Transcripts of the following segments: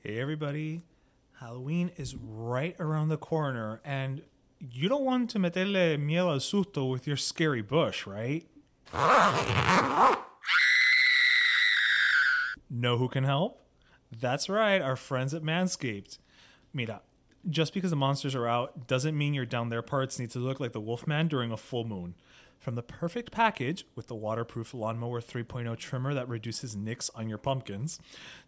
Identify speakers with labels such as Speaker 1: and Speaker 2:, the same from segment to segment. Speaker 1: Hey, everybody. Halloween is right around the corner, and you don't want to meterle miel al susto with your scary bush, right? know who can help? That's right, our friends at Manscaped. Mira, just because the monsters are out doesn't mean your down there parts need to look like the Wolfman during a full moon. From the perfect package with the waterproof lawnmower 3.0 trimmer that reduces nicks on your pumpkins,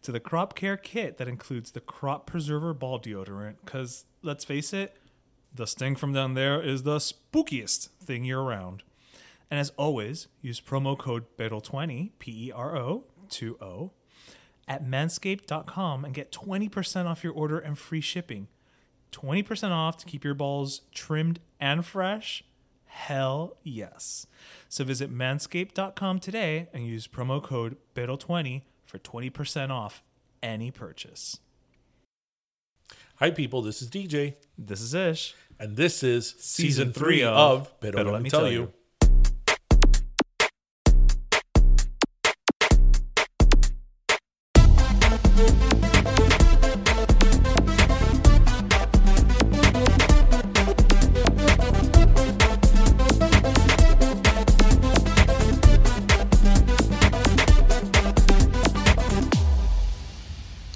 Speaker 1: to the crop care kit that includes the crop preserver ball deodorant, because let's face it, the sting from down there is the spookiest thing year round. And as always, use promo code PERO20, P E R O oh 2 O, at manscaped.com and get 20% off your order and free shipping. 20% off to keep your balls trimmed and fresh? Hell yes. So visit manscaped.com today and use promo code BIDDLE20 for 20% off any purchase.
Speaker 2: Hi, people. This is DJ,
Speaker 1: This is Ish.
Speaker 2: and this is
Speaker 1: Season
Speaker 2: season, three
Speaker 1: three
Speaker 2: of,
Speaker 1: of
Speaker 2: Better,
Speaker 1: Better
Speaker 2: Let, Me Tell you.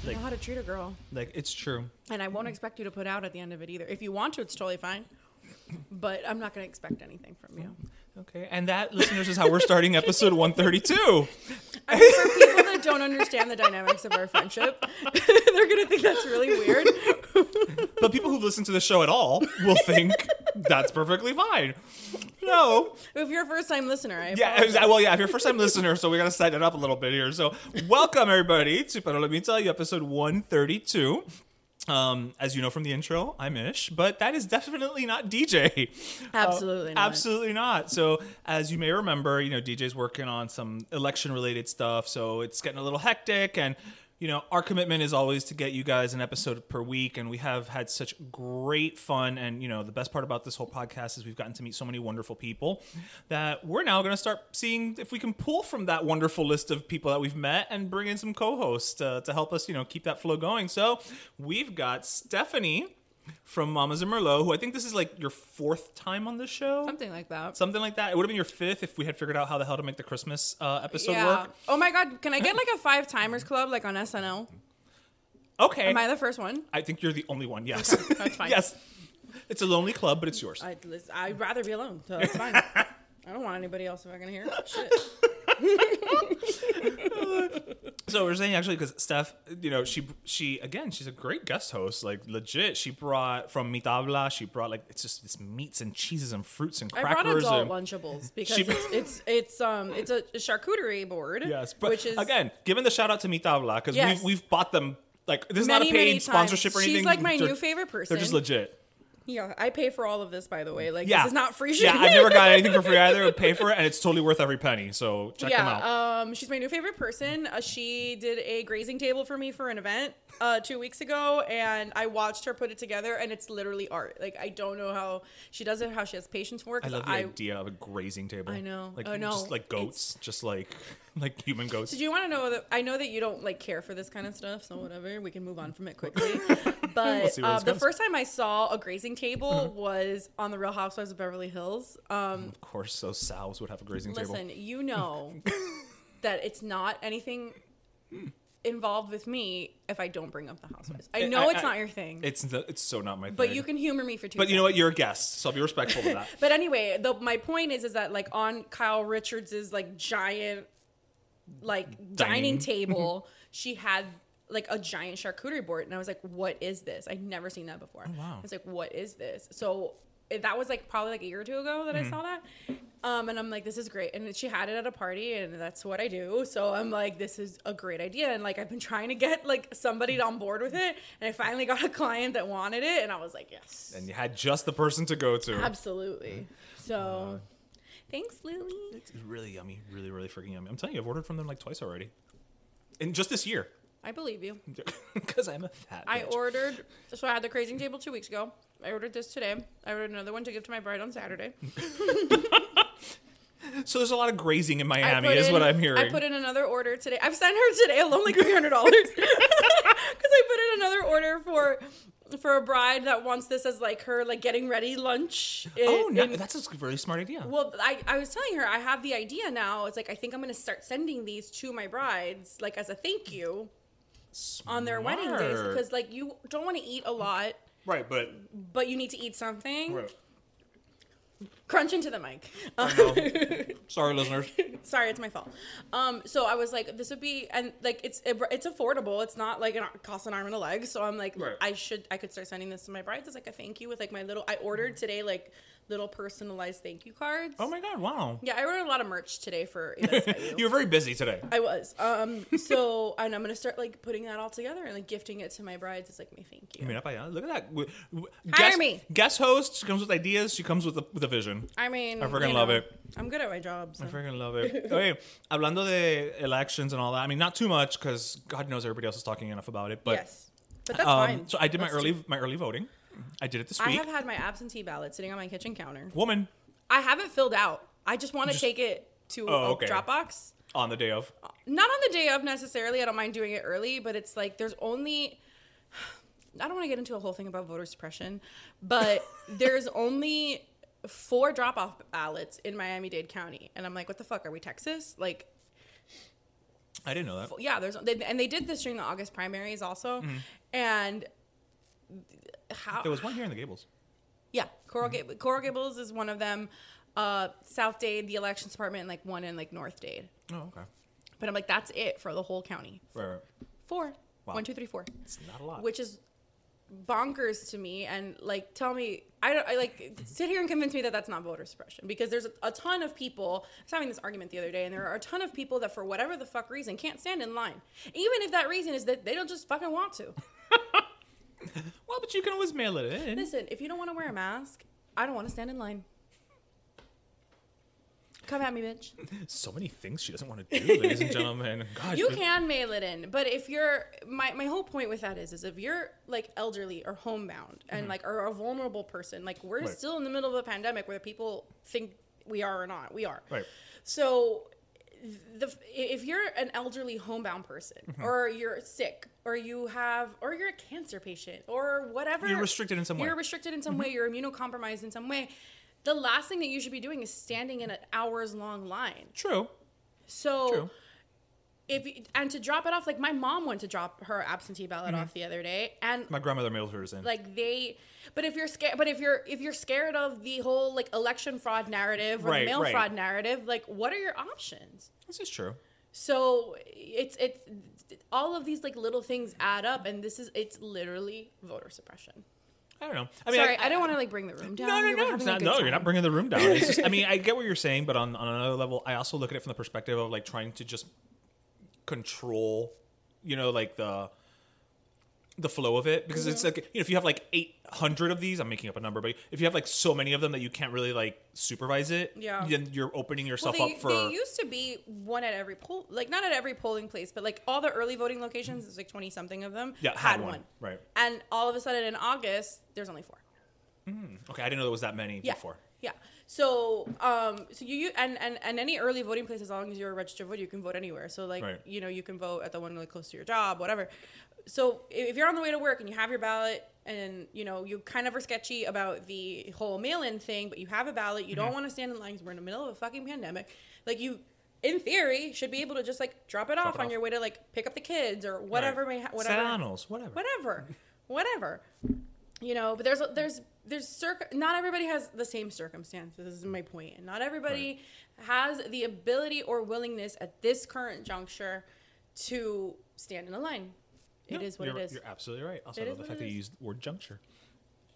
Speaker 3: I know how to treat a girl,
Speaker 1: Like, it's true.
Speaker 3: and I won't expect you to put out at the end of it either. If you want to, it's totally fine, but I'm not going to expect anything from you.
Speaker 1: Okay. And that, listeners, is how we're starting episode 132.
Speaker 3: I mean, for people that don't understand the dynamics of our friendship, they're going to think that's really weird.
Speaker 1: But people who've listened to the show at all will think that's perfectly fine. No.
Speaker 3: If you're a first time listener, I
Speaker 1: Yeah,
Speaker 3: apologize.
Speaker 1: exa- well, yeah, if you're a first time listener, so we gotta set it up a little bit here. So, welcome everybody to Pero Let Me Tell You, episode 132. Um, as you know from the intro, I'm Ish, but that is definitely not DJ.
Speaker 3: Absolutely
Speaker 1: Uh,
Speaker 3: not.
Speaker 1: Absolutely not. So, as you may remember, you know, DJ's working on some election related stuff, so it's getting a little hectic and you know, our commitment is always to get you guys an episode per week, and we have had such great fun. And you know, the best part about this whole podcast is we've gotten to meet so many wonderful people that we're now going to start seeing if we can pull from that wonderful list of people that we've met and bring in some co-hosts uh, to help us, you know, keep that flow going. So we've got Stephanie from Mamas and Merlot, who I think this is like your fourth time on the show.
Speaker 3: Something like that.
Speaker 1: Something like that. It would have been your fifth if we had figured out how the hell to make the Christmas uh, episode work.
Speaker 3: Oh my God. Can I get like a five timers club, like on SNL?
Speaker 1: Okay.
Speaker 3: Am I the first one?
Speaker 1: I think you're the only one. Yes.
Speaker 3: that's fine.
Speaker 1: yes. It's a lonely club, but it's yours.
Speaker 3: I, I'd rather be alone, so it's fine. I don't want anybody else if I can hear shit.
Speaker 1: so we're saying actually because Steph, you know, she she again, she's a great guest host. Like legit, she brought from Mitabla. She brought like it's just this meats and cheeses and fruits and
Speaker 3: I
Speaker 1: crackers.
Speaker 3: brought adult
Speaker 1: and,
Speaker 3: Lunchables because
Speaker 1: She-
Speaker 3: it's, it's it's um it's a charcuterie board.
Speaker 1: Yes, but
Speaker 3: which is
Speaker 1: again, giving the shout out to Mitabla because
Speaker 3: Yes.
Speaker 1: we've we've bought them. Like this is not
Speaker 3: Many,
Speaker 1: a
Speaker 3: many
Speaker 1: paid
Speaker 3: times.
Speaker 1: sponsorship or
Speaker 3: She's
Speaker 1: anything.
Speaker 3: like my
Speaker 1: They're-
Speaker 3: new favorite
Speaker 1: They're just
Speaker 3: person.
Speaker 1: legit.
Speaker 3: Yeah, I pay for all of this, by the way. Like,
Speaker 1: Yeah.
Speaker 3: this is not free shit.
Speaker 1: Yeah, I never got anything for free either. I pay for it, and it's totally worth every penny. So check them out.
Speaker 3: yeah, um, she's my new favorite person. Uh, she did a grazing table for me for an event uh, two weeks ago, and I watched her put it together, and it's literally art. Like I don't know how she does it, how she has patience for it.
Speaker 1: I
Speaker 3: 'cause
Speaker 1: love the idea of a grazing table.
Speaker 3: I know.
Speaker 1: Like
Speaker 3: I know.
Speaker 1: just like goats, just like like human goats.
Speaker 3: So do you want to know that I know that you don't like care for this kind of stuff, so whatever, we can move on from it quickly. But
Speaker 1: see where
Speaker 3: uh,
Speaker 1: this goes.
Speaker 3: the
Speaker 1: Mm-hmm.
Speaker 3: first time I saw a grazing table was on the Real Housewives of Beverly Hills. Um,
Speaker 1: of course, those sows would have a grazing
Speaker 3: listen,
Speaker 1: table.
Speaker 3: you know that it's not anything involved with me if I don't bring up the Housewives. I know
Speaker 1: I-
Speaker 3: it's
Speaker 1: I-
Speaker 3: not your thing,
Speaker 1: It's the, it's so not my thing.
Speaker 3: but you can humor me for two.
Speaker 1: But you know what?
Speaker 3: seconds.
Speaker 1: You're a guest, so I'll be respectful of that.
Speaker 3: But anyway, the, my point is, is that like on Kyle Richards's like giant, like dining,
Speaker 1: Dining.
Speaker 3: table, she had like a giant charcuterie board, and I was like, "What is this? I'd never seen that before." Oh, wow! I was like, "What is this?" So eh, that was like probably like a year or two ago that I saw that, um, and I'm like, "This is great!" And she had it at a party, and that's what I do. So I'm like, "This is a great idea," and like I've been trying to get like somebody on board with it, and I finally got a client that wanted it, and I was like, "Yes."
Speaker 1: and you had just the person to go to.
Speaker 3: Absolutely. So,
Speaker 1: Uh,
Speaker 3: thanks, Lily.
Speaker 1: It's really yummy, really, really freaking yummy. I'm telling you, I've ordered from them like twice already, and just this year,
Speaker 3: I believe you.
Speaker 1: because I'm a fat.
Speaker 3: I
Speaker 1: bitch.
Speaker 3: ordered, so I had the crazing table two weeks ago. I ordered this today. I ordered another one to give to my bride on Saturday.
Speaker 1: So there's a lot of grazing in
Speaker 3: I
Speaker 1: Miami,
Speaker 3: put
Speaker 1: is
Speaker 3: in-
Speaker 1: what I'm hearing.
Speaker 3: I put in another order today. I've sent her today alone like three hundred dollars because I put in another order for for a bride that wants this as like her like getting ready lunch. in-
Speaker 1: oh, no,
Speaker 3: in-
Speaker 1: that's a very smart idea.
Speaker 3: Well, I, I was telling her I have the idea now. It's like I think I'm gonna start sending these to my brides, like as a thank you on their wedding days.
Speaker 1: Smart.
Speaker 3: Because like you don't wanna eat a lot,
Speaker 1: right, but
Speaker 3: but you need to eat something.
Speaker 1: right.
Speaker 3: Crunch into the mic.
Speaker 1: sorry, listeners.
Speaker 3: Sorry, it's my fault. Um, so I was like, this would be and like it's it's affordable. It's not like it costs an arm and a leg. So I'm like,
Speaker 1: Right.
Speaker 3: I should I could start sending this to my brides as like a thank you with like my little I ordered today like little personalized thank you cards.
Speaker 1: Mm. Oh my god, wow.
Speaker 3: Yeah, I ordered a lot of merch today for That's Got
Speaker 1: You were very busy today.
Speaker 3: I was. Um. So, and I'm gonna start like putting that all together and like gifting it to my brides. It's like my thank
Speaker 1: I mean,
Speaker 3: you.
Speaker 1: up I- uh, look at that. W- w-
Speaker 3: Hire
Speaker 1: guest,
Speaker 3: me.
Speaker 1: Guest host. She comes with ideas. She comes with a, with a vision.
Speaker 3: I mean,
Speaker 1: I freaking
Speaker 3: you
Speaker 1: love
Speaker 3: know,
Speaker 1: it.
Speaker 3: I'm good at my job. So.
Speaker 1: I freaking love it. Okay, hablando de elections and all that. I mean, not too much because God knows everybody else is talking enough about it. But
Speaker 3: yes, but that's
Speaker 1: um,
Speaker 3: fine.
Speaker 1: so I did my
Speaker 3: Let's
Speaker 1: early
Speaker 3: do-
Speaker 1: my early voting. I did it this
Speaker 3: I
Speaker 1: week.
Speaker 3: have had my absentee ballot sitting on my kitchen counter.
Speaker 1: Woman
Speaker 3: I haven't filled out. I just want to take it to
Speaker 1: Oh,
Speaker 3: a
Speaker 1: okay.
Speaker 3: Dropbox.
Speaker 1: on the day of.
Speaker 3: Not on the day of necessarily. I don't mind doing it early, but it's like there's only. I don't want to get into a whole thing about voter suppression, but there's only four drop off ballots in Miami Dade County. And I'm like, what the fuck? Are we Texas? Like,
Speaker 1: I didn't know that.
Speaker 3: yeah, there's they, and they did this during the August primaries also, and how?
Speaker 1: Mm-hmm. There was one here in the Gables.
Speaker 3: yeah, Coral, Gab- Coral Gables is one of them. Uh, South Dade, the elections department, and like one in like North Dade.
Speaker 1: Oh, okay.
Speaker 3: But I'm like, that's it for the whole county.
Speaker 1: Right, right.
Speaker 3: Four.
Speaker 1: Wow.
Speaker 3: One, two, three, four.
Speaker 1: It's not a lot.
Speaker 3: Which is bonkers to me. And like, tell me, I don't, I like, sit here and convince me that that's not voter suppression because there's a, a ton of people. I was having this argument the other day, and there are a ton of people that, for whatever the fuck reason, can't stand in line. Even if that reason is that they don't just fucking want to.
Speaker 1: well, but you can always mail it in.
Speaker 3: Listen, if you don't want to wear a mask, I don't want to stand in line. Come at me, bitch.
Speaker 1: so many things she doesn't want to do, ladies and gentlemen. God,
Speaker 3: You
Speaker 1: but-
Speaker 3: can mail it in, but if you're my, my whole point with that is is if you're like elderly or homebound and like are a vulnerable person, like we're
Speaker 1: Mm-hmm. Right.
Speaker 3: still in the middle of a pandemic whether people think we are or not. We are.
Speaker 1: Right.
Speaker 3: So the if you're an elderly homebound person
Speaker 1: Mm-hmm.
Speaker 3: or you're sick or you have or you're a cancer patient or whatever
Speaker 1: You're restricted in some way. Mm-hmm.
Speaker 3: You're restricted in some way, you're immunocompromised in some way. The last thing that you should be doing is standing in an hours long line.
Speaker 1: True.
Speaker 3: So
Speaker 1: True.
Speaker 3: if you- and to drop it off, like my mom went to drop her absentee ballot off the other day, and
Speaker 1: Mm-hmm. My grandmother mailed hers in.
Speaker 3: like they, but if you're scared, but if you're if you're scared of the whole like election fraud narrative or the
Speaker 1: Right,
Speaker 3: mail
Speaker 1: right.
Speaker 3: fraud narrative, like what are your options?
Speaker 1: this is true.
Speaker 3: So it's it's all of these like little things add up, and this is it's literally voter suppression.
Speaker 1: I don't know. I mean,
Speaker 3: Sorry, I, don't want to like bring the room down.
Speaker 1: No, no,
Speaker 3: We were
Speaker 1: no.
Speaker 3: having
Speaker 1: It's
Speaker 3: a
Speaker 1: not,
Speaker 3: good
Speaker 1: no, you're not
Speaker 3: time.
Speaker 1: bringing the room down. It's just, I mean, I get what you're saying, but on, on another level, I also look at it from the perspective of like trying to just control, you know, like the the flow of it because it's
Speaker 3: Mm-hmm.
Speaker 1: like you know if you have like 800 of these i'm making up a number but if you have like so many of them that you can't really like supervise it
Speaker 3: Yeah.
Speaker 1: then you're opening
Speaker 3: Well,
Speaker 1: yourself
Speaker 3: they,
Speaker 1: up for
Speaker 3: they used to be one at every poll, like not at every polling place, but like all the early voting locations, there's like 20 something of them,
Speaker 1: Yeah, had one. Right.
Speaker 3: And all of a sudden in August, there's only four.
Speaker 1: okay i didn't know there was that many
Speaker 3: Yeah.
Speaker 1: before
Speaker 3: Yeah. So, um, so you, you and, and and any early voting place, as long as you're a registered voter, you can vote anywhere. So, like,
Speaker 1: Right.
Speaker 3: you know, you can vote at the one like close to your job, whatever. So, i- if you're on the way to work and you have your ballot, and you know you kind of are sketchy about the whole mail-in thing, but you have a ballot, you don't
Speaker 1: Mm-hmm.
Speaker 3: want to stand in lines. We're in the middle of a fucking pandemic. Like you, in theory, should be able to just like drop it off
Speaker 1: it
Speaker 3: on
Speaker 1: off.
Speaker 3: your way to like pick up the kids or whatever may ha- whatever
Speaker 1: Sedanos, whatever.
Speaker 3: whatever whatever you know but there's there's there's circ- not everybody has the same circumstances this is my point and not everybody has the ability or willingness at this current juncture to stand in a line It is
Speaker 1: No,
Speaker 3: what
Speaker 1: you're,
Speaker 3: it is
Speaker 1: you're absolutely right also
Speaker 3: It
Speaker 1: I
Speaker 3: is
Speaker 1: love the
Speaker 3: what
Speaker 1: fact
Speaker 3: it
Speaker 1: that you
Speaker 3: is.
Speaker 1: used the word juncture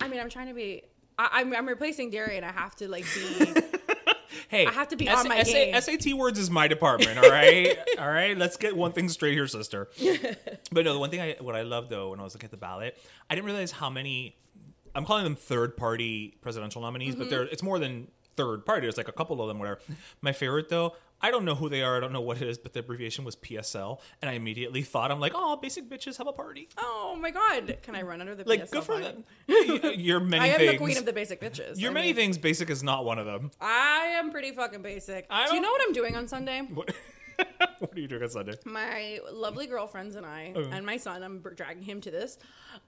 Speaker 3: i mean i'm trying to be I, I'm, I'm replacing Derry and I have to like be
Speaker 1: hey
Speaker 3: I have to be on my game.
Speaker 1: sat words is my department all right all right let's get one thing straight here sister but no the one thing i what i loved though when i was looking at the ballot i didn't realize how many i'm calling them third party presidential nominees
Speaker 3: Mm-hmm.
Speaker 1: but they're it's more than third party there's like a couple of them whatever my favorite though I don't know who they are. I don't know what it is, but the abbreviation was PSL, and I immediately thought, "I'm like, oh, basic bitches have a party.
Speaker 3: oh my god can I run under the
Speaker 1: Like,
Speaker 3: PSL
Speaker 1: good for
Speaker 3: flag?
Speaker 1: them. Y- You're many
Speaker 3: I am
Speaker 1: things.
Speaker 3: the queen of the basic bitches
Speaker 1: You're
Speaker 3: I
Speaker 1: many
Speaker 3: mean,
Speaker 1: things. Basic is not one of them.
Speaker 3: I am pretty fucking basic
Speaker 1: I
Speaker 3: do you
Speaker 1: don't-
Speaker 3: know what I'm doing on Sunday
Speaker 1: What, what are you doing on Sunday?
Speaker 3: my lovely girlfriends and I
Speaker 1: Oh.
Speaker 3: and my son. I'm br- dragging him to this.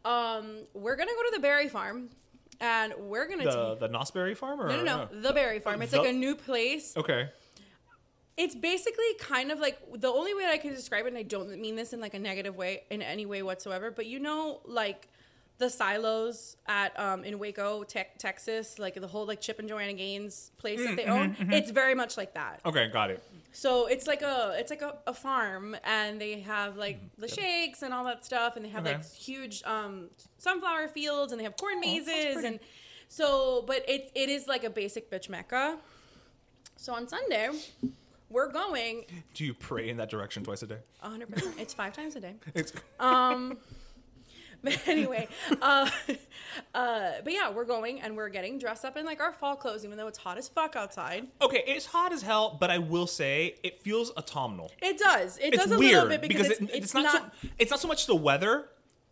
Speaker 3: Um, we're gonna go to the berry farm, and we're gonna
Speaker 1: the
Speaker 3: take
Speaker 1: the Nosberry farm or
Speaker 3: no, no, no, the berry farm. It's
Speaker 1: The- Oh.
Speaker 3: like a new place.
Speaker 1: Okay.
Speaker 3: It's basically kind of like the only way I can describe it, and I don't mean this in like a negative way in any way whatsoever. But you know, like the silos at um, in Waco, Te- Texas, like the whole like Chip and Joanna Gaines place
Speaker 1: Mm,
Speaker 3: that
Speaker 1: mm-hmm,
Speaker 3: they own. It's very much like that.
Speaker 1: Okay, got it.
Speaker 3: So it's like a it's like a, a farm and they have like the shakes and all that stuff and they have
Speaker 1: Mm-hmm. Okay. Oh,
Speaker 3: like huge um, sunflower fields and they have corn mazes and so but it it is like a basic bitch mecca. So on Sunday we're going
Speaker 1: Do you pray in that direction twice a day?
Speaker 3: Uh, 100%. It's five times a day.
Speaker 1: It's
Speaker 3: um, But anyway, uh, uh, but yeah, we're going and we're getting dressed up in like our fall clothes, even though it's hot as fuck outside.
Speaker 1: okay. It's hot as hell, but I will say it feels autumnal.
Speaker 3: It does. It
Speaker 1: It's
Speaker 3: does a
Speaker 1: weird
Speaker 3: little bit because, it's, it's, not.
Speaker 1: so, it's not so much the weather,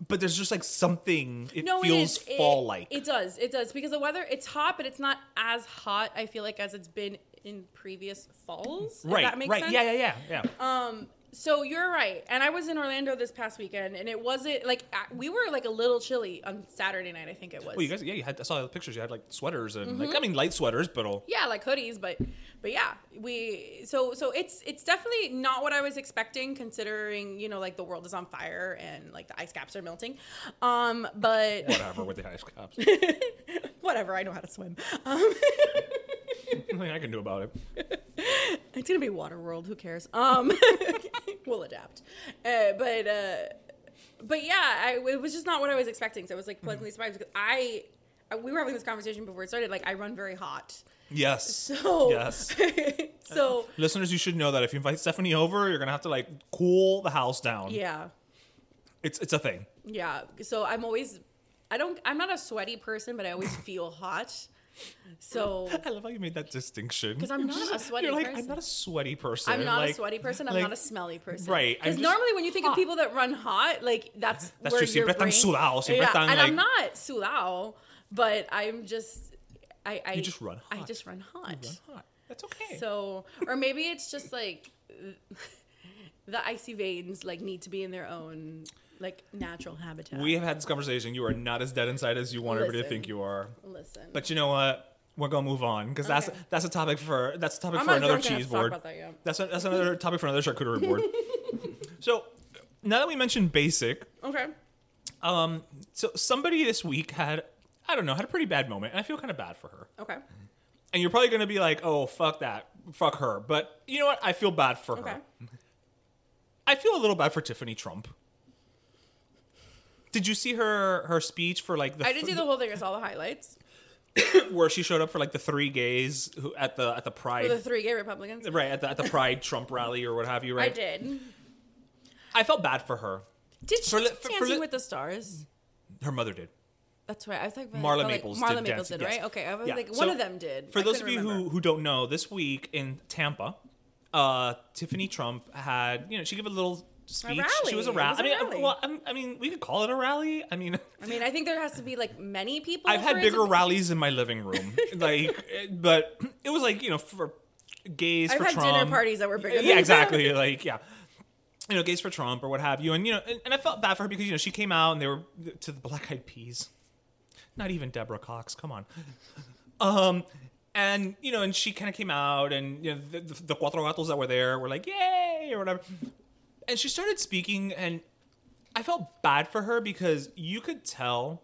Speaker 1: but there's just like something. It
Speaker 3: no,
Speaker 1: feels
Speaker 3: it is. It-
Speaker 1: fall like.
Speaker 3: It, does. It does because the weather it's hot, but it's not as hot. I feel like as it's been in previous falls. if
Speaker 1: right.
Speaker 3: that makes
Speaker 1: right.
Speaker 3: sense. Uh,
Speaker 1: Yeah. Yeah. Yeah. Yeah.
Speaker 3: So you're right, and I was in Orlando this past weekend, and it wasn't like I- we were like a little chilly on Saturday night. I think it was.
Speaker 1: well, you guys. Yeah. You had. I saw the pictures. You had like sweaters and like. I mean, light sweaters, but all.
Speaker 3: Mm-hmm. yeah, like hoodies, but but yeah, we so so it's it's definitely not what I was expecting, considering you know like the world is on fire and like the ice caps are melting. Um, but
Speaker 1: Whatever with the ice caps.
Speaker 3: whatever, I know how to swim. Um,
Speaker 1: Nothing I can do about it.
Speaker 3: It's gonna be water world. Who cares? Um, we'll adapt. Uh, but uh, but yeah, I, it was just not what I was expecting. So I was like pleasantly surprised because I, I we were having this conversation before it started. Like I run very hot,
Speaker 1: Yes.
Speaker 3: so
Speaker 1: Yes.
Speaker 3: so
Speaker 1: Listeners, you should know that if you invite Stephanie over, you're gonna have to like cool the house down.
Speaker 3: yeah,
Speaker 1: It's it's a thing.
Speaker 3: yeah. So I'm always, I don't, I'm not a sweaty person, but I always feel hot. So
Speaker 1: I love how you made that distinction.
Speaker 3: because I'm not a sweaty
Speaker 1: You're like,
Speaker 3: person.
Speaker 1: I'm not a sweaty person.
Speaker 3: I'm not
Speaker 1: Like-
Speaker 3: a sweaty person. I'm
Speaker 1: like-
Speaker 3: not a smelly person.
Speaker 1: right, I'm
Speaker 3: Because
Speaker 1: just Ah.
Speaker 3: normally when you think of people that run hot, like that's
Speaker 1: That's
Speaker 3: where
Speaker 1: true,
Speaker 3: your
Speaker 1: siempre están
Speaker 3: brain-
Speaker 1: sudados, siempre
Speaker 3: yeah,
Speaker 1: están,
Speaker 3: and I'm
Speaker 1: like-
Speaker 3: not sudao, but I'm just. I, I
Speaker 1: You just run
Speaker 3: I
Speaker 1: hot.
Speaker 3: just run hot.
Speaker 1: Hot. That's okay.
Speaker 3: So, or maybe it's just like the icy veins like need to be in their own like natural habitat.
Speaker 1: we have had this conversation. You are not as dead inside as you want everybody to
Speaker 3: Listen.
Speaker 1: think you are.
Speaker 3: listen.
Speaker 1: But you know what? We're gonna move on because that's
Speaker 3: Okay.
Speaker 1: that's a topic for that's a topic
Speaker 3: I'm
Speaker 1: for
Speaker 3: not
Speaker 1: another
Speaker 3: drunk enough
Speaker 1: cheese
Speaker 3: to talk
Speaker 1: board.
Speaker 3: about that yet.
Speaker 1: That's a, that's another topic for another charcuterie board. so now that we mentioned basic,
Speaker 3: okay.
Speaker 1: um, so somebody this week had I don't know had a pretty bad moment, and I feel kind of bad for her.
Speaker 3: Okay.
Speaker 1: Oh. and you're probably going to be like, "Oh, fuck that, fuck her." But you know what? I feel bad for
Speaker 3: Okay.
Speaker 1: her. I feel a little bad for Tiffany Trump. Did you see her her speech for like the,
Speaker 3: I didn't see
Speaker 1: th-
Speaker 3: the whole thing. I saw the highlights
Speaker 1: where she showed up for like the three gays who, at the at the
Speaker 3: for
Speaker 1: pride
Speaker 3: the three gay Republicans.
Speaker 1: right at the at the pride Trump rally or what have you?
Speaker 3: I
Speaker 1: Right?
Speaker 3: did.
Speaker 1: I felt bad for her.
Speaker 3: Did she
Speaker 1: For li-
Speaker 3: do
Speaker 1: for- for
Speaker 3: Dancing
Speaker 1: li-
Speaker 3: with the Stars?
Speaker 1: Her mother did.
Speaker 3: That's right. I think
Speaker 1: Marla Maples
Speaker 3: Marla
Speaker 1: did
Speaker 3: Maples
Speaker 1: Dancing-
Speaker 3: did, right?
Speaker 1: yes.
Speaker 3: Okay, I was
Speaker 1: Yeah.
Speaker 3: like,
Speaker 1: So,
Speaker 3: one of them did.
Speaker 1: for
Speaker 3: I
Speaker 1: those of
Speaker 3: couldn't
Speaker 1: you
Speaker 3: remember.
Speaker 1: who, who don't know, this week in Tampa, uh, Tiffany Trump had you know she gave a little speech. She was a
Speaker 3: rally.
Speaker 1: rally. I
Speaker 3: It was a
Speaker 1: mean,
Speaker 3: rally.
Speaker 1: well, I'm- I mean, we could call it a rally. I mean,
Speaker 3: I mean, I think there has to be like many people.
Speaker 1: I've
Speaker 3: for
Speaker 1: had
Speaker 3: it
Speaker 1: bigger
Speaker 3: to be-
Speaker 1: rallies in my living room, like, but it was like you know for gays
Speaker 3: I've
Speaker 1: for
Speaker 3: had
Speaker 1: Trump.
Speaker 3: dinner parties that were bigger.
Speaker 1: Yeah,
Speaker 3: than
Speaker 1: exactly. like, yeah. You know, gays for Trump or what have you, and you know, and, and I felt bad for her because you know she came out and they were to the Black Eyed Peas, not even Deborah Cox. Come on, um, and you know, and she kind of came out, and you know, the, the, the cuatro gatos that were there were like, "Yay!" or whatever, and she started speaking, and I felt bad for her because you could tell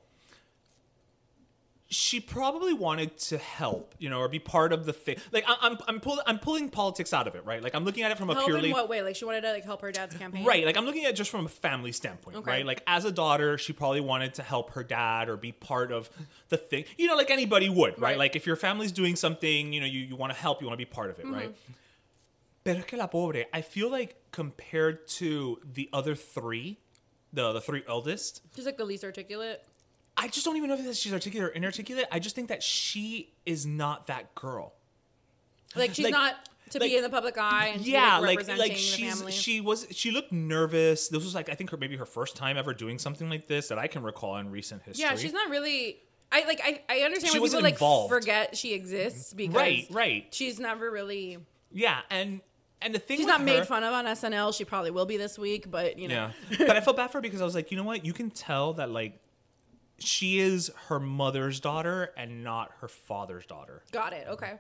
Speaker 1: she probably wanted to help, you know, or be part of the thing. Like I, I'm, I'm pulling, I'm pulling politics out of it, right? Like I'm looking at it from a
Speaker 3: Help
Speaker 1: purely
Speaker 3: in what way? Like she wanted to like help her dad's campaign.
Speaker 1: Right. Like I'm looking at it just from a family standpoint,
Speaker 3: Okay.
Speaker 1: right? Like as a daughter, she probably wanted to help her dad or be part of the thing. You know, like anybody would, right?
Speaker 3: Right.
Speaker 1: Like if your family's doing something, you know, you, you want to help, you want to be part of it, right? Pero que la pobre, I feel like compared to the other three, the the three eldest,
Speaker 3: She's like the least articulate.
Speaker 1: I just don't even know if she's articulate or inarticulate. I just think that she is not that girl.
Speaker 3: Like she's
Speaker 1: Like-
Speaker 3: not to
Speaker 1: like-
Speaker 3: be in the public eye and
Speaker 1: yeah,
Speaker 3: she's, like,
Speaker 1: like like,
Speaker 3: representing the
Speaker 1: she's
Speaker 3: family.
Speaker 1: she was she looked nervous. This was like I think her maybe her first time ever doing something like this that I can recall in recent history.
Speaker 3: yeah, she's not really. I like I, I understand
Speaker 1: She
Speaker 3: when
Speaker 1: wasn't
Speaker 3: people
Speaker 1: involved.
Speaker 3: like forget she exists because
Speaker 1: Right, right.
Speaker 3: She's never really.
Speaker 1: Yeah, and and the thing
Speaker 3: She's
Speaker 1: with
Speaker 3: not
Speaker 1: her-
Speaker 3: made fun of on SNL. She probably will be this week, but you know.
Speaker 1: Yeah, but I felt bad for her because I was like, you know what? You can tell that like she is her mother's daughter and not her father's daughter.
Speaker 3: Got it. Okay.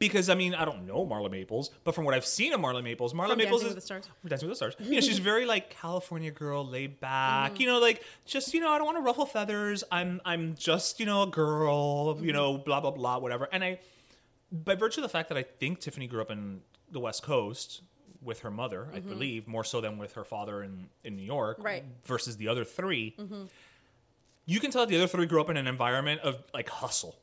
Speaker 1: Because I mean, I don't know Marla Maples, but from what I've seen of Marla Maples, Marla
Speaker 3: From
Speaker 1: Maples is
Speaker 3: Dancing with the Stars.
Speaker 1: from Dancing with the Stars. You know, she's very like California girl, laid back.
Speaker 3: Mm-hmm.
Speaker 1: You know, like just you know, I don't want to ruffle feathers. I'm I'm just you know a girl. You
Speaker 3: Mm-hmm.
Speaker 1: know, blah blah blah, whatever. And I, by virtue of the fact that I think Tiffany grew up in the West Coast with her mother, I believe more so than with her father in in New York,
Speaker 3: Mm-hmm. Right. Mm-hmm.
Speaker 1: Versus the other 3 you can tell that the other three grew up in an environment of like hustle.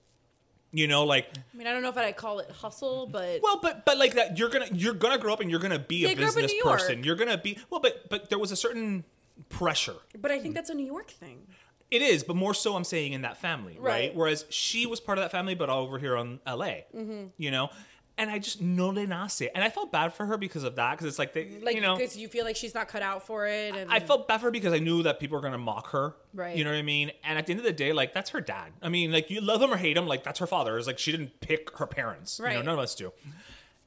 Speaker 1: You know, like
Speaker 3: I mean, I don't know if I'd call it hustle, but
Speaker 1: well, but but like that, you're gonna you're gonna grow up and you're gonna be
Speaker 3: They
Speaker 1: a
Speaker 3: grew up in
Speaker 1: business
Speaker 3: New York.
Speaker 1: person. You're gonna be well, but but there was a certain pressure.
Speaker 3: but I think that's a New York thing.
Speaker 1: It is, but more so, I'm saying in that family, right?
Speaker 3: Right.
Speaker 1: Whereas she was part of that family, but over here on LA,
Speaker 3: Mm-hmm.
Speaker 1: you know. And I just no le nace, and I felt bad for her because of that, because it's like they,
Speaker 3: Like
Speaker 1: you know,
Speaker 3: because you feel like she's not cut out for it, and
Speaker 1: I felt bad for her because I knew that people were gonna mock her,
Speaker 3: Right.
Speaker 1: You know what I mean? And at the end of the day, like that's her dad. I mean, like you love him or hate him, like that's her father. It's like she didn't pick her parents. You know,
Speaker 3: Right.
Speaker 1: none of us do.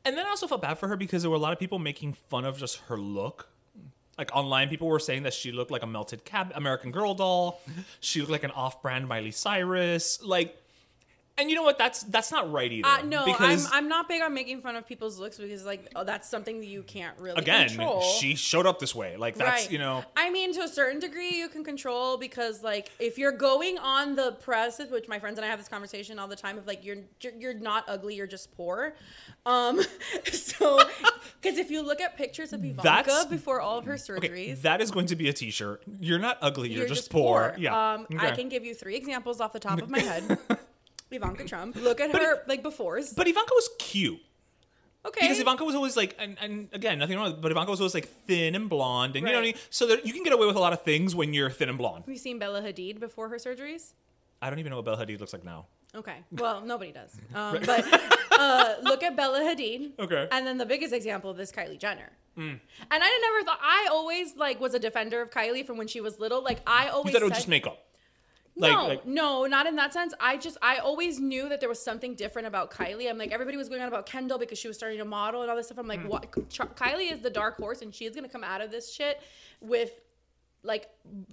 Speaker 1: And then I also felt bad for her because there were a lot of people making fun of just her look. Like online, people were saying that she looked like a melted cab American Girl doll. She looked like an off-brand Miley Cyrus. Like, and you know what? That's that's not right either.
Speaker 3: Uh, no,
Speaker 1: because
Speaker 3: I'm I'm not big on making fun of people's looks because like oh, that's something that you can't really
Speaker 1: again,
Speaker 3: control.
Speaker 1: she showed up this way. Like that's you know.
Speaker 3: I mean, to a certain degree, you can control because, like, if you're going on the press, which my friends and I have this conversation all the time, of like, you're you're not ugly, you're just poor. Um, so because if you look at pictures of Ivanka
Speaker 1: That's-
Speaker 3: before all of her
Speaker 1: Okay,
Speaker 3: surgeries,
Speaker 1: that is going to be a T-shirt. You're not ugly. You're, just, poor. Yeah.
Speaker 3: Um, I
Speaker 1: Okay.
Speaker 3: can give you three examples off the top of my head. Ivanka Trump. Look at
Speaker 1: But
Speaker 3: her
Speaker 1: it-
Speaker 3: like befores.
Speaker 1: But Ivanka was cute
Speaker 3: okay.
Speaker 1: because Ivanka was always like, and, and again, nothing wrong. with But Ivanka was always like thin and blonde, and you know what I
Speaker 3: Right.
Speaker 1: mean. So there, you can get away with a lot of things when you're thin and blonde.
Speaker 3: Have you seen Bella Hadid before her surgeries?
Speaker 1: I don't even know what Bella Hadid looks like now.
Speaker 3: Okay. Well, nobody does. Um, but uh, look at Bella Hadid.
Speaker 1: Okay. Mm.
Speaker 3: And then the biggest example of this, Kylie Jenner. And I never thought I always like was a defender of Kylie from when she was little. Like I
Speaker 1: You
Speaker 3: always
Speaker 1: thought it was
Speaker 3: said-
Speaker 1: just makeup.
Speaker 3: No,
Speaker 1: Like, like-
Speaker 3: no, not in that sense. I just I always knew that there was something different about Kylie. I'm like everybody was going on about Kendall because she was starting to model and all this stuff. I'm like,
Speaker 1: Hmm.
Speaker 3: what? Ch- Kylie is the dark horse, and she is gonna come out of this shit with like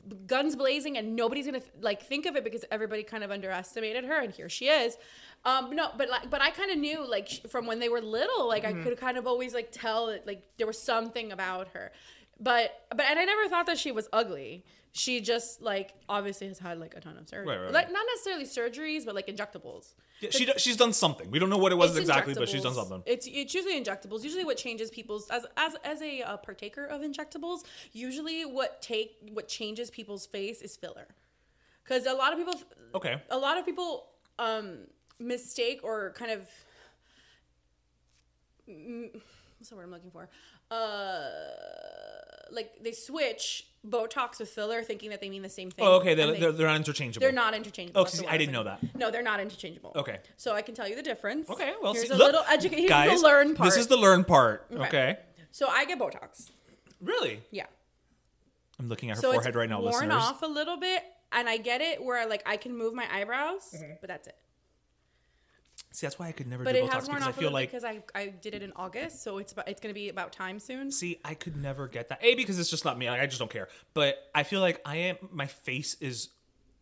Speaker 3: b- guns blazing and nobody's gonna like think of it because everybody kind of underestimated her and here she is um no but like but i kind of knew like sh- from when they were little like
Speaker 1: Mm-hmm.
Speaker 3: i could kind of always like tell that like there was something about her but but and i never thought that she was ugly she just like obviously has had like a ton of surgery
Speaker 1: Right, right,
Speaker 3: like
Speaker 1: right.
Speaker 3: not necessarily surgeries but like injectables
Speaker 1: Yeah, she do- she's done something. We don't know what it was
Speaker 3: it's
Speaker 1: exactly, but she's done
Speaker 3: injectables.
Speaker 1: something.
Speaker 3: It's it's usually injectables. Usually, what changes people's as as as a uh, partaker of injectables, usually what take what changes people's face is filler, because a lot of people,
Speaker 1: Okay.
Speaker 3: a lot of people um mistake or kind of. mm, What's the word I'm looking for? Uh, like they switch Botox with filler, thinking that they mean the same thing.
Speaker 1: Oh, okay. They're,
Speaker 3: and
Speaker 1: they're, they're not interchangeable.
Speaker 3: they're not interchangeable.
Speaker 1: Oh,
Speaker 3: That's the
Speaker 1: 'cause
Speaker 3: word
Speaker 1: I
Speaker 3: was
Speaker 1: didn't know
Speaker 3: looking
Speaker 1: that.
Speaker 3: for. No, they're not interchangeable.
Speaker 1: Okay.
Speaker 3: So I can tell you the difference.
Speaker 1: Okay. Well,
Speaker 3: here's
Speaker 1: see,
Speaker 3: a
Speaker 1: look,
Speaker 3: little education. Here's
Speaker 1: guys,
Speaker 3: the learn part.
Speaker 1: This is the learn part. Okay.
Speaker 3: Okay. So I get Botox.
Speaker 1: Really?
Speaker 3: Yeah.
Speaker 1: I'm looking at her
Speaker 3: so
Speaker 1: forehead
Speaker 3: it's
Speaker 1: right now,
Speaker 3: worn
Speaker 1: listeners.
Speaker 3: off a little bit, and I get it where like I can move my eyebrows,
Speaker 1: Mm-hmm.
Speaker 3: but that's it.
Speaker 1: See, that's why I could never
Speaker 3: But
Speaker 1: do
Speaker 3: it
Speaker 1: Botox
Speaker 3: has worn
Speaker 1: because I
Speaker 3: off a
Speaker 1: feel
Speaker 3: little
Speaker 1: like.
Speaker 3: bit because I, I did it in August, so it's about, it's gonna be about time soon.
Speaker 1: See, I could never get that. A because it's just not me. Like, I just don't care. But I feel like I am. My face is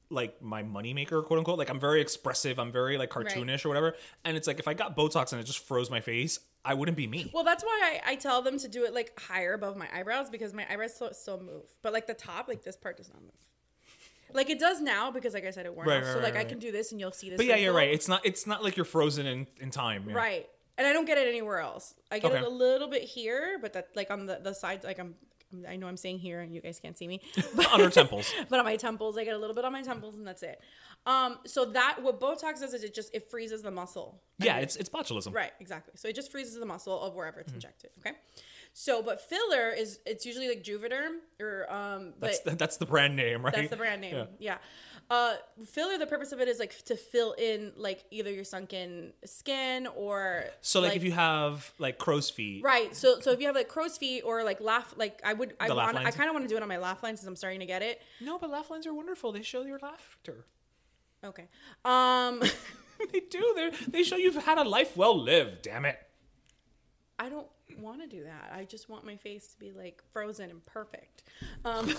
Speaker 1: like my moneymaker, quote unquote. Like I'm very expressive. I'm very like cartoonish or whatever. And it's like if I got Botox and it just froze my face, I wouldn't be me.
Speaker 3: Well, that's why I, I tell them to do it like higher above my eyebrows because my eyebrows still, still move, but like the top, like this part does not move. Like it does now because, like I said, it wore
Speaker 1: Right,
Speaker 3: off.
Speaker 1: right,
Speaker 3: so like
Speaker 1: right,
Speaker 3: I
Speaker 1: right.
Speaker 3: can do this and you'll see this.
Speaker 1: but yeah, you're
Speaker 3: wrinkle.
Speaker 1: right. It's not. It's not like you're frozen in in time. yeah.
Speaker 3: Right. And I don't get it anywhere else. I get it
Speaker 1: Okay.
Speaker 3: a little bit here, but that like on the, the sides, like I'm, I know I'm saying here and you guys can't see me, but
Speaker 1: On her temples.
Speaker 3: but on my temples, I get a little bit on my temples and that's it. Um, so that what Botox does is it just, it freezes the muscle.
Speaker 1: Yeah, it's it's botulism.
Speaker 3: Right. Exactly. So it just freezes the muscle of wherever
Speaker 1: Mm-hmm.
Speaker 3: it's injected. Okay. So, but filler is, it's usually like Juvederm or, um, but
Speaker 1: That's the, that's the brand name, right?
Speaker 3: that's the brand name. Yeah. Uh, filler, the purpose of it is like to fill in like either your sunken skin or.
Speaker 1: So like, if you have like crow's feet,
Speaker 3: Right. So so if you have like crow's feet or like laugh like I would I
Speaker 1: The laugh
Speaker 3: want I
Speaker 1: lines?
Speaker 3: kind of want to do it on my laugh line since I'm starting to get it.
Speaker 1: No, but laugh lines are wonderful. They show your laughter.
Speaker 3: Okay. Um
Speaker 1: they do. They they show you've had a life well lived. Damn it.
Speaker 3: I don't want to do that. I just want my face to be like frozen and perfect. Um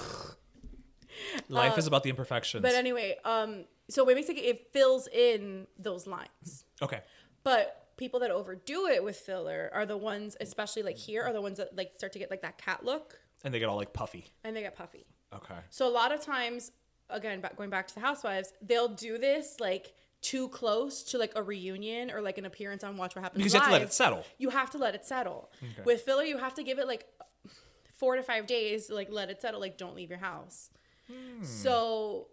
Speaker 1: Life is about the imperfections.
Speaker 3: Uh, but anyway, um so it makes it it fills in those lines.
Speaker 1: okay.
Speaker 3: But people that overdo it with filler are the ones especially like here are the ones that like start to get like that cat look
Speaker 1: And they get all like puffy.
Speaker 3: and they get puffy.
Speaker 1: Okay.
Speaker 3: So a lot of times, again, back, going back to the housewives, they'll do this like too close to like a reunion or like an appearance on Watch What Happens
Speaker 1: Because you
Speaker 3: Live.
Speaker 1: have to let it settle.
Speaker 3: You have to let it settle. With filler, you have to give it like four to five days. to, Like let it settle. Like don't leave your house.
Speaker 1: Hmm.
Speaker 3: So,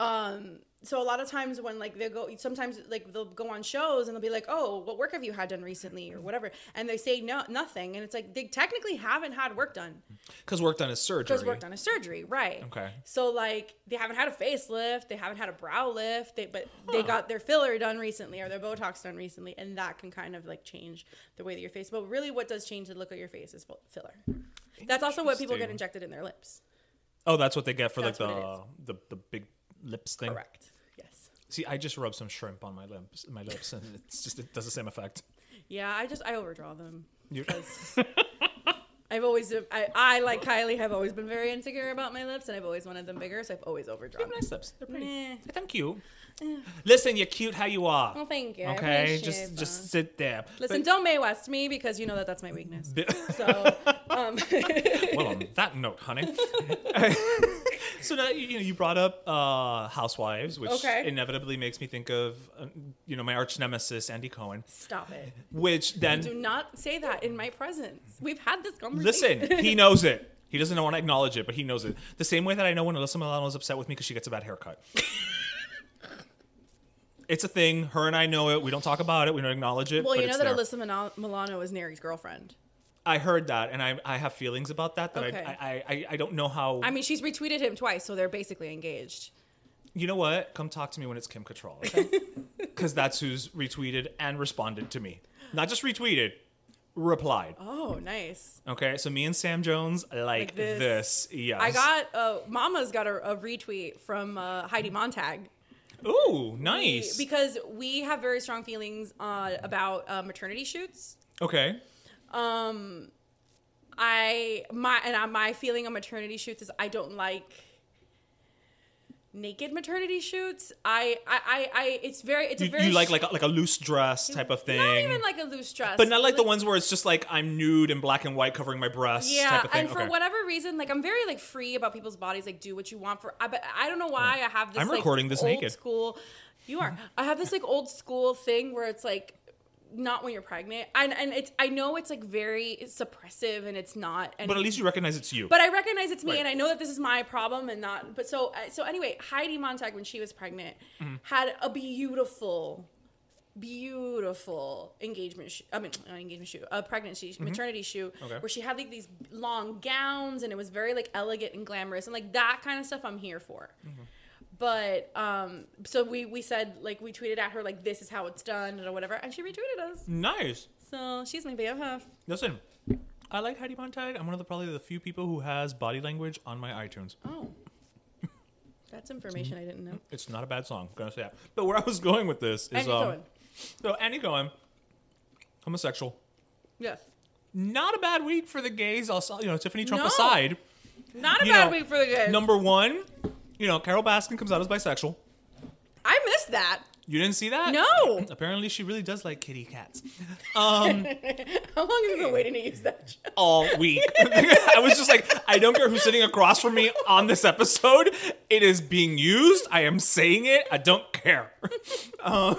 Speaker 3: um, so a lot of times when like they go, sometimes like they'll go on shows and they'll be like, "Oh, what work have you had done recently?" or whatever, and they say no, nothing, and it's like they technically haven't had work done
Speaker 1: Because work done is surgery.
Speaker 3: because worked on a surgery, right?
Speaker 1: Okay.
Speaker 3: So like they haven't had a facelift, they haven't had a brow lift, they, but they got their filler done recently or their Botox done recently, and that can kind of like change the way that your face. But really, what does change the look of your face is fil- filler. That's also what people get
Speaker 1: Interesting.
Speaker 3: injected in their lips.
Speaker 1: Oh, that's what they get for like
Speaker 3: That's what
Speaker 1: the the the big lips thing.
Speaker 3: Correct. Yes.
Speaker 1: See, I just rub some shrimp on my lips, my lips, and it's just it does the same effect.
Speaker 3: Yeah, I just I overdraw them.
Speaker 1: You-
Speaker 3: I've always I, I like Kylie have always been very insecure about my lips, and I've always wanted them bigger, so I've always overdrawn.
Speaker 1: nice lips. They're pretty.
Speaker 3: Nah.
Speaker 1: Thank you. Listen, you're cute how you are.
Speaker 3: Eh. Well, thank you. I
Speaker 1: Okay,
Speaker 3: appreciate
Speaker 1: just
Speaker 3: that.
Speaker 1: just sit there.
Speaker 3: Listen, don't May West me because you know that that's my weakness.
Speaker 1: But-
Speaker 3: So
Speaker 1: well, on that note, honey. so now you you know you brought up uh, Housewives, which
Speaker 3: Okay.
Speaker 1: inevitably makes me think of uh, you know my arch nemesis Andy Cohen,
Speaker 3: stop it.
Speaker 1: which then
Speaker 3: Do not say that in my presence. We've had this conversation.
Speaker 1: Listen, he knows it. He doesn't want to acknowledge it, but he knows it. The same way that I know when Alyssa Milano is upset with me because she gets a bad haircut. it's a thing. Her and I know it. We don't talk about it. We don't acknowledge it.
Speaker 3: well,
Speaker 1: but
Speaker 3: you know
Speaker 1: it's
Speaker 3: that
Speaker 1: there.
Speaker 3: Alyssa Milano, Milano is Neri's girlfriend.
Speaker 1: I heard that, and I, I have feelings about that. That
Speaker 3: Okay.
Speaker 1: I, I, I I don't know how.
Speaker 3: I mean, she's retweeted him twice, so they're basically engaged.
Speaker 1: you know what? Come talk to me when it's Kim Cattrall, okay? Because that's who's retweeted and responded to me. Not just retweeted, replied.
Speaker 3: Oh, nice.
Speaker 1: Okay, so me and Sam Jones like, this.
Speaker 3: this.
Speaker 1: Yes.
Speaker 3: I got uh, Mama's got a, a retweet from uh, Heidi Montag.
Speaker 1: Ooh, nice.
Speaker 3: Because we have very strong feelings uh, about uh, maternity shoots.
Speaker 1: okay.
Speaker 3: I my and I, my feeling on maternity shoots is I don't like naked maternity shoots. I I I, I it's very it's a
Speaker 1: you,
Speaker 3: very
Speaker 1: you like
Speaker 3: sh-
Speaker 1: like a, like a loose dress type of thing.
Speaker 3: Not even like a loose dress,
Speaker 1: but not like, the ones where it's just like I'm nude and black and white covering my breasts
Speaker 3: Yeah,
Speaker 1: type of thing.
Speaker 3: and for
Speaker 1: Okay.
Speaker 3: whatever reason, like I'm very like free about people's bodies. Like do what you want for. I, but I don't know why I have this.
Speaker 1: Mm. I'm
Speaker 3: like,
Speaker 1: recording this
Speaker 3: old
Speaker 1: naked.
Speaker 3: School, you are. I have this like old school thing where it's like not when you're pregnant, and and it's I know it's like very suppressive and it's not. And
Speaker 1: but at least you recognize it's you.
Speaker 3: But I recognize it's me,
Speaker 1: Right.
Speaker 3: and I know that this is my problem, and not. But
Speaker 1: Mm-hmm.
Speaker 3: so, uh, so anyway, Heidi Montag, when she was pregnant, had a beautiful beautiful engagement shoe. I mean, not engagement shoe, a pregnancy,
Speaker 1: Mm-hmm.
Speaker 3: maternity shoe, where she had like these long gowns and it was very like elegant and glamorous and like that kind of stuff I'm here for.
Speaker 1: Mm-hmm.
Speaker 3: But um, so we we said like we tweeted at her like this is how it's done or whatever, and she retweeted us.
Speaker 1: Mm. Nice.
Speaker 3: So she's my BFF.
Speaker 1: Listen, I like Heidi Montag. I'm one of the probably the few people who has body language on my iTunes.
Speaker 3: Oh, that's information I didn't know.
Speaker 1: It's not a bad song. I'm gonna say that. But where I was going with this is
Speaker 3: Andy
Speaker 1: um,
Speaker 3: Cohen.
Speaker 1: So Andy Cohen, homosexual.
Speaker 3: Yes.
Speaker 1: Not a bad week for the gays. Also, you know, Tiffany Trump
Speaker 3: No.
Speaker 1: aside.
Speaker 3: Not a
Speaker 1: you
Speaker 3: bad
Speaker 1: know,
Speaker 3: week for the good.
Speaker 1: Number one, you know, Carol Baskin comes out as bisexual.
Speaker 3: I missed that.
Speaker 1: You didn't see that?
Speaker 3: No.
Speaker 1: Apparently, she really does like kitty cats
Speaker 3: How long have you been waiting to use that? joke?
Speaker 1: all week. I was just like, I don't care who's sitting across from me on this episode. It is being used. I am saying it. I don't care. Um,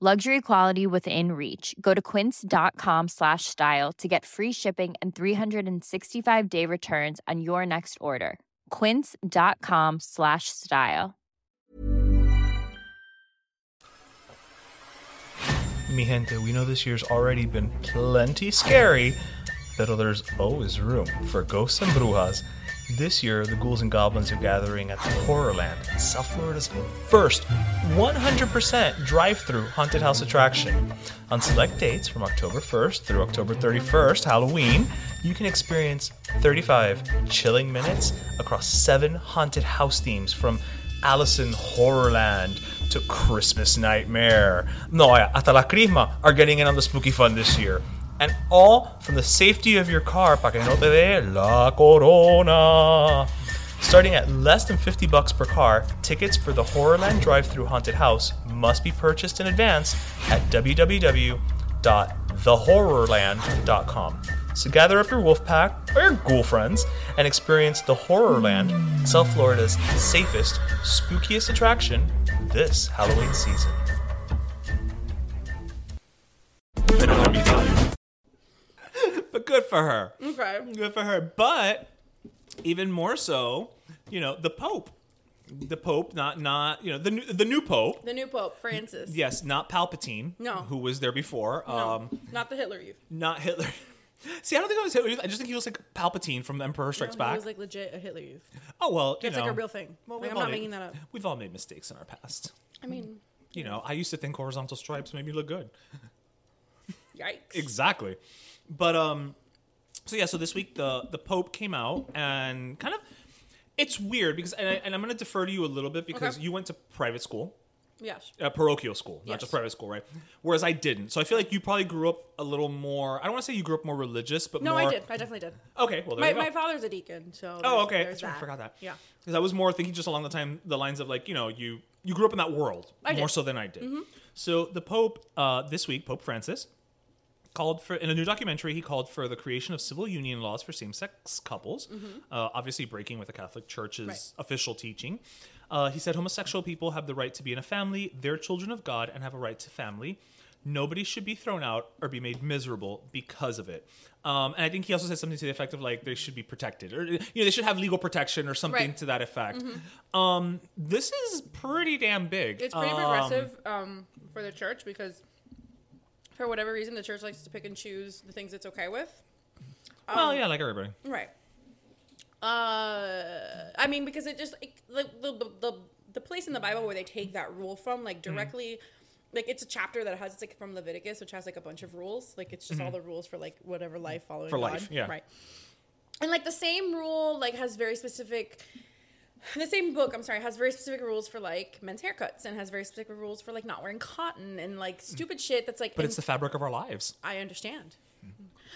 Speaker 4: Luxury quality within reach. Go to quince.com slash style to get free shipping and 365 day returns on your next order. Quince.com slash style.
Speaker 5: Mi gente, we know this year's already been plenty scary, but there's always room for ghosts and brujas. This year, the ghouls and goblins are gathering at the Horrorland, South Florida's first 100% drive through haunted house attraction. On select dates from October 1st through October 31st, Halloween, you can experience 35 chilling minutes across seven haunted house themes from Alice in Horrorland to Christmas Nightmare. No, hasta la crisma are getting in on the spooky fun this year. And all from the safety of your car, pa que no te dé la corona. Starting at less than 50 bucks per car, tickets for the Horrorland drive-through haunted house must be purchased in advance at www.thehorrorland.com. So gather up your wolf pack or your ghoul friends and experience the Horrorland, South Florida's safest, spookiest attraction this Halloween season.
Speaker 1: but good for her.
Speaker 3: Okay.
Speaker 1: Good for her. But even more so, you know, the Pope. The Pope, not not you know the new, the new Pope.
Speaker 3: The new Pope, Francis.
Speaker 1: Yes, not Palpatine.
Speaker 3: No.
Speaker 1: who was there before?
Speaker 3: No,
Speaker 1: Um,
Speaker 3: not the Hitler Youth.
Speaker 1: not Hitler. See, I don't think I was Hitler. I just think he was like Palpatine from The Emperor
Speaker 3: No,
Speaker 1: Strikes
Speaker 3: he
Speaker 1: Back.
Speaker 3: was like legit a Hitler Youth.
Speaker 1: oh well, you
Speaker 3: That's like
Speaker 1: know.
Speaker 3: a real thing.
Speaker 1: Well,
Speaker 3: like,
Speaker 1: we've
Speaker 3: I'm
Speaker 1: all
Speaker 3: not
Speaker 1: made-
Speaker 3: making that up.
Speaker 1: We've all made mistakes in our past.
Speaker 3: I mean,
Speaker 1: You know, I used to think horizontal stripes made me look good.
Speaker 3: yikes.
Speaker 1: Exactly. But um so yeah, so this week the the Pope came out and kind of it's weird because and, I, and I'm going to defer to you a little bit because
Speaker 3: Okay.
Speaker 1: you went to private school,
Speaker 3: yes.
Speaker 1: uh, parochial school, not
Speaker 3: Yes.
Speaker 1: just private school, right? Whereas I didn't. So I feel like you probably grew up a little more I don't want to say you grew up more religious, but
Speaker 3: No,
Speaker 1: more
Speaker 3: I did. I definitely did.
Speaker 1: Okay, well there
Speaker 3: My,
Speaker 1: you go.
Speaker 3: my father's a deacon, so.
Speaker 1: Oh,
Speaker 3: there's-
Speaker 1: okay.
Speaker 3: there's
Speaker 1: That's right. I forgot that.
Speaker 3: Yeah.
Speaker 1: Because I was more thinking just along the time the lines of like you know you you grew up in that world
Speaker 3: I
Speaker 1: more
Speaker 3: did. Mm-hmm.
Speaker 1: so than I did. So the Pope uh, this week, Pope Francis, called for in a new documentary he called for the creation of civil union laws for same-sex couples uh, obviously breaking with the catholic church's
Speaker 3: Mm-hmm. Right.
Speaker 1: official teaching uh, he said homosexual people have the right to be in a family they're children of god and have a right to family nobody should be thrown out or be made miserable because of it um, and i think he also said something to the effect of like they should be protected or you know they should have legal protection or something
Speaker 3: Right. Mm-hmm.
Speaker 1: to that effect um, this is pretty damn big
Speaker 3: It's pretty
Speaker 1: Um,
Speaker 3: progressive um, for the church because, for whatever reason, the church likes to pick and choose the things it's okay with.
Speaker 1: Um, well
Speaker 3: Um,
Speaker 1: yeah like everybody
Speaker 3: Right. Uh, I mean, because it just it, like the, the the the place in the Bible where they take that rule from, like
Speaker 1: Hmm.
Speaker 3: directly, like it's a chapter that has it's like from Leviticus, which has like a bunch of rules. Like it's just all the rules for like whatever life following
Speaker 1: Hmm. For
Speaker 3: God.
Speaker 1: life, yeah.
Speaker 3: right. And like the same rule, like has very specific. The same book, I'm sorry, has very specific rules for like men's haircuts and has very specific rules for like not wearing cotton and like stupid shit that's like.
Speaker 1: Hmm. But
Speaker 3: in-
Speaker 1: it's the fabric of our lives.
Speaker 3: I understand.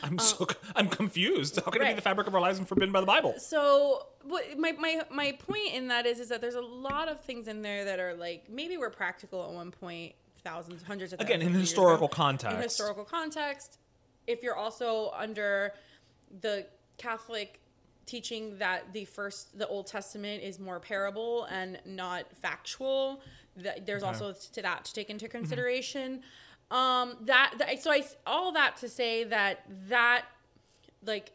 Speaker 1: I'm so I'm confused. How can it be
Speaker 3: Uh, right.
Speaker 1: the fabric of our lives and forbidden by the Bible?
Speaker 3: So what, my, my my point in that is is that there's a lot of things in there that are like maybe were practical at one point, thousands, hundreds of
Speaker 1: Again, in
Speaker 3: thousands of years
Speaker 1: historical
Speaker 3: ago.
Speaker 1: context.
Speaker 3: In historical context, if you're also under the Catholic teaching that the first the Old Testament is more parable and not factual, that there's also to that to take into
Speaker 1: Mm-hmm.
Speaker 3: consideration. Um, that, that so I all that to say that that like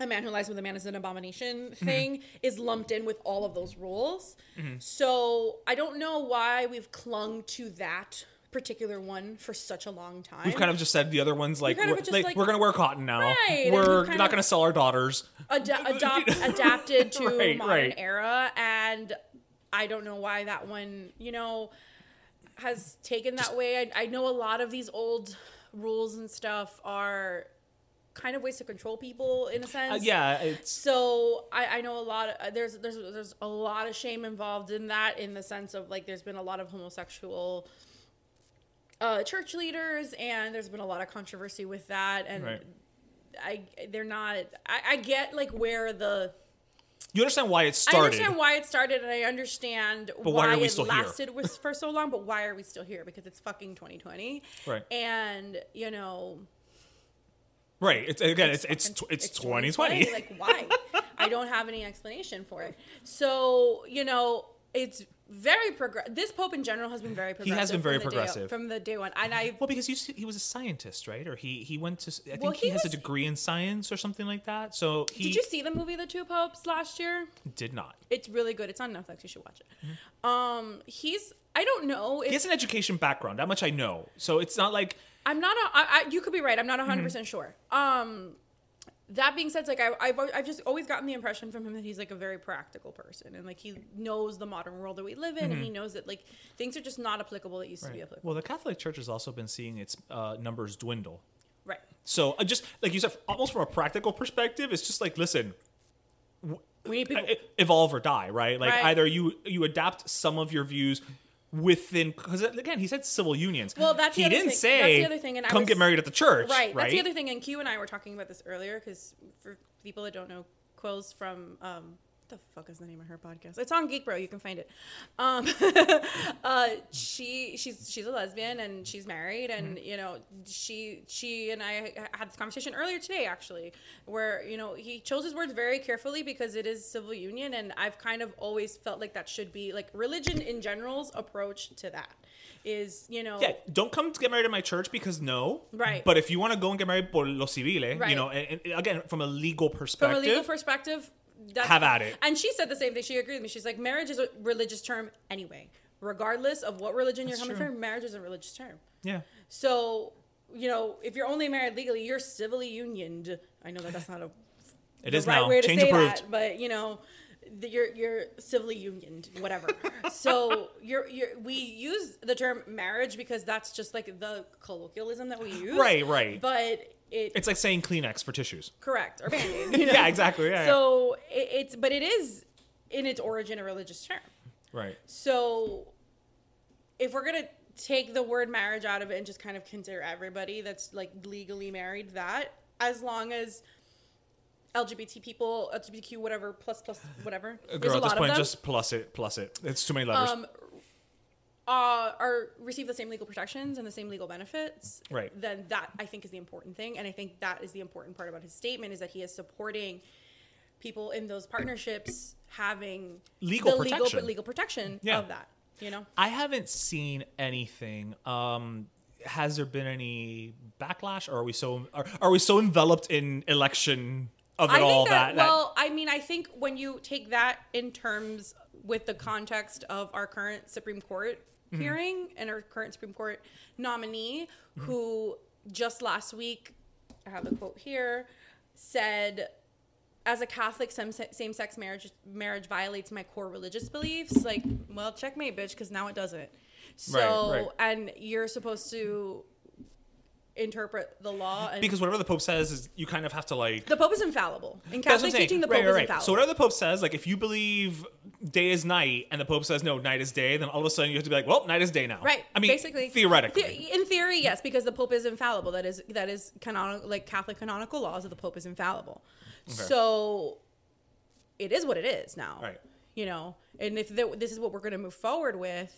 Speaker 3: a man who lies with a man is an abomination thing
Speaker 1: Mm-hmm.
Speaker 3: is lumped in with all of those rules. So I don't know why we've clung to that particular one for such a long time.
Speaker 1: We've kind of just said the other ones like
Speaker 3: kind of
Speaker 1: we're,
Speaker 3: just,
Speaker 1: like,
Speaker 3: like-
Speaker 1: we're gonna wear cotton now.
Speaker 3: Right, and
Speaker 1: We're
Speaker 3: we've kind
Speaker 1: not
Speaker 3: of-
Speaker 1: gonna sell our daughters.
Speaker 3: Ada- adopt adapted to
Speaker 1: Right,
Speaker 3: modern
Speaker 1: right.
Speaker 3: era, and I don't know why that one, you know, has taken that way. I, I know a lot of these old rules and stuff are kind of ways to control people in a sense.
Speaker 1: Uh, yeah, it's
Speaker 3: So I, I know a lot. Of, there's there's there's a lot of shame involved in that, in the sense of like there's been a lot of homosexual uh, church leaders, and there's been a lot of controversy with that. And
Speaker 1: right.
Speaker 3: I they're not. I, I get like where the
Speaker 1: You understand why it
Speaker 3: I
Speaker 1: started?
Speaker 3: understand why it started, and I understand
Speaker 1: But why
Speaker 3: why,
Speaker 1: are we
Speaker 3: it
Speaker 1: still here?
Speaker 3: lasted was for so long. But why are we still here? Because it's fucking 2020,
Speaker 1: Right.
Speaker 3: And you know,
Speaker 1: right. It's again. It's it's
Speaker 3: fucking-
Speaker 1: tw- it's, 2020.
Speaker 3: Like why? I don't have any explanation for it. So you know, it's very progressive. This pope in general has been very
Speaker 1: He
Speaker 3: progressive.
Speaker 1: has been very
Speaker 3: from the day-
Speaker 1: progressive.
Speaker 3: from the day one, and I.
Speaker 1: Well, because he was, he was a scientist, right? Or he he went to. I think
Speaker 3: Well,
Speaker 1: he,
Speaker 3: he
Speaker 1: has
Speaker 3: was-
Speaker 1: a degree in science or something like that. So he
Speaker 3: Did you see the movie The Two Popes last year?
Speaker 1: did not.
Speaker 3: It's really good. It's on Netflix. You should watch it. Um, he's. I don't know. If,
Speaker 1: Mm-hmm. He has an education background. That much I know. So it's not like
Speaker 3: I'm not. A, I, I, you could be right. I'm not 100 percent sure. Um, that being said, it's like I, I've, al- I've just always gotten the impression from him that he's like a very practical person, and like he knows the modern world that we live in, and he knows that like things are just not applicable that used to be applicable.
Speaker 1: well, the Catholic Church has also been seeing its uh, numbers dwindle.
Speaker 3: right.
Speaker 1: So uh, just like you said, almost from a practical perspective, it's just like listen,
Speaker 3: We need people.
Speaker 1: e- evolve or die, right? Like
Speaker 3: Right.
Speaker 1: either you you adapt some of your views within because again he said civil unions.
Speaker 3: Well, that's the
Speaker 1: he
Speaker 3: other
Speaker 1: didn't
Speaker 3: thing-
Speaker 1: say
Speaker 3: that's the other thing, and I
Speaker 1: come
Speaker 3: was-
Speaker 1: get married at the church,
Speaker 3: right.
Speaker 1: right?
Speaker 3: That's the other thing. And Q and I were talking about this earlier because for people that don't know, Quill's from um, what the fuck is the name of her podcast? It's on Geek Bro. You can find it. Um, uh, she she's she's a lesbian and she's married, and
Speaker 1: Mm-hmm.
Speaker 3: you know she she and I had this conversation earlier today actually, where you know he chose his words very carefully because it is civil union, and I've kind of always felt like that should be like religion in general's approach to that is you know
Speaker 1: Yeah, don't come to get married at my church because no.
Speaker 3: Right.
Speaker 1: But if you want to go and get married por lo civile, you
Speaker 3: Right.
Speaker 1: know, and, and again, from a legal perspective.
Speaker 3: from a legal perspective, that's
Speaker 1: Have at it.
Speaker 3: And she said the same thing. She agreed with me. She's like, marriage is a religious term anyway, regardless of what religion you're coming from. Marriage is a religious term.
Speaker 1: yeah.
Speaker 3: So you know, if you're only married legally, you're civilly unioned. I know that that's not a
Speaker 1: it
Speaker 3: the
Speaker 1: is
Speaker 3: right
Speaker 1: now.
Speaker 3: way to
Speaker 1: Change
Speaker 3: say
Speaker 1: approved.
Speaker 3: that, but you know. that You're you're civilly unioned, whatever. so you're you're we use the term marriage because that's just like the colloquialism that we use.
Speaker 1: Right, right.
Speaker 3: But it
Speaker 1: It's like saying Kleenex for tissues.
Speaker 3: correct or band-aid. you know?
Speaker 1: Yeah, exactly. Yeah. yeah.
Speaker 3: so it, it's but it is in its origin a religious term
Speaker 1: Right.
Speaker 3: so if we're gonna take the word marriage out of it and just kind of consider everybody that's like legally married that as long as lgbt people lgbtq whatever plus plus whatever there's
Speaker 1: Uh, Girl,
Speaker 3: a
Speaker 1: at this
Speaker 3: lot
Speaker 1: point,
Speaker 3: of them
Speaker 1: just plus it, plus it. It's too many letters.
Speaker 3: um, uh, are receive the same legal protections and the same legal benefits,
Speaker 1: Right.
Speaker 3: Then that I think is the important thing, and I think that is the important part about his statement is that he is supporting people in those partnerships having
Speaker 1: Legal
Speaker 3: the legal
Speaker 1: protection.
Speaker 3: legal protection
Speaker 1: Yeah.
Speaker 3: of that. You know,
Speaker 1: I haven't seen anything. Um, has there been any backlash, or are we so are, are we so enveloped in election of it
Speaker 3: I
Speaker 1: all
Speaker 3: think that,
Speaker 1: that,
Speaker 3: well, I mean, I think when you take that in terms with the context of our current Supreme Court
Speaker 1: Mm-hmm.
Speaker 3: hearing and our current Supreme Court nominee,
Speaker 1: Mm-hmm.
Speaker 3: who just last week, I have the quote here, said as a Catholic, some same sex marriage marriage violates my core religious beliefs. Like, well, checkmate, bitch, because now it doesn't. So,
Speaker 1: right.
Speaker 3: and you're supposed to interpret the law and
Speaker 1: Because whatever the Pope says is you kind of have to like
Speaker 3: the Pope is infallible.
Speaker 1: That's
Speaker 3: In
Speaker 1: what
Speaker 3: Catholic
Speaker 1: I'm saying.
Speaker 3: teaching, the Pope
Speaker 1: Right, right,
Speaker 3: is
Speaker 1: right.
Speaker 3: infallible.
Speaker 1: So whatever the Pope says, like if you believe day is night and the Pope says no, night is day, then all of a sudden you have to be like, well, night is day now.
Speaker 3: Right.
Speaker 1: I mean,
Speaker 3: basically,
Speaker 1: theoretically.
Speaker 3: The- in theory, yes, because the Pope is infallible. That is that is canonical, like Catholic canonical laws that the Pope is infallible. So, it is what it is now.
Speaker 1: Right.
Speaker 3: You know, and if th- this is what we're going to move forward with,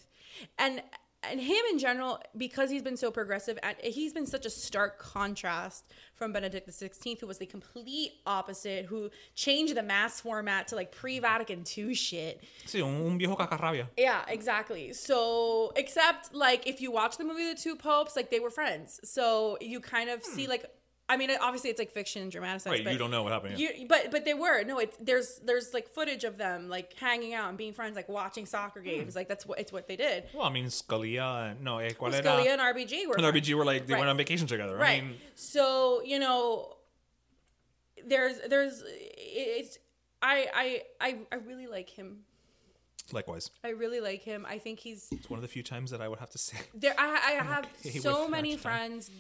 Speaker 3: and and him in general, because he's been so progressive, and he's been such a stark contrast from Benedict XVI, who was the complete opposite, who changed the mass format to like pre-Vatican II shit.
Speaker 1: Sí, un viejo cacarrabia.
Speaker 3: Yeah, exactly. So, except like if you watch the movie The Two Popes, like they were friends. So you kind of see like, I mean, obviously it's like fiction and dramatized.
Speaker 1: Right,
Speaker 3: but
Speaker 1: Hmm. you don't know what happened, yeah.
Speaker 3: You, but but they were no. It's there's there's like footage of them like hanging out and being friends, like watching
Speaker 1: Hmm.
Speaker 3: soccer games. Like that's what it's what they did.
Speaker 1: Well, I mean, Scalia and no, eh, cuál era?
Speaker 3: Scalia and RBG were
Speaker 1: and
Speaker 3: friends.
Speaker 1: RBG were like they
Speaker 3: Right.
Speaker 1: went on vacation together.
Speaker 3: Right.
Speaker 1: I mean,
Speaker 3: so you know, there's there's it's I I I I really like him.
Speaker 1: likewise,
Speaker 3: I really like him. I think he's
Speaker 1: it's one of the few times that I would have to say.
Speaker 3: there I, I have
Speaker 1: okay
Speaker 3: so
Speaker 1: with
Speaker 3: many
Speaker 1: that time.
Speaker 3: friends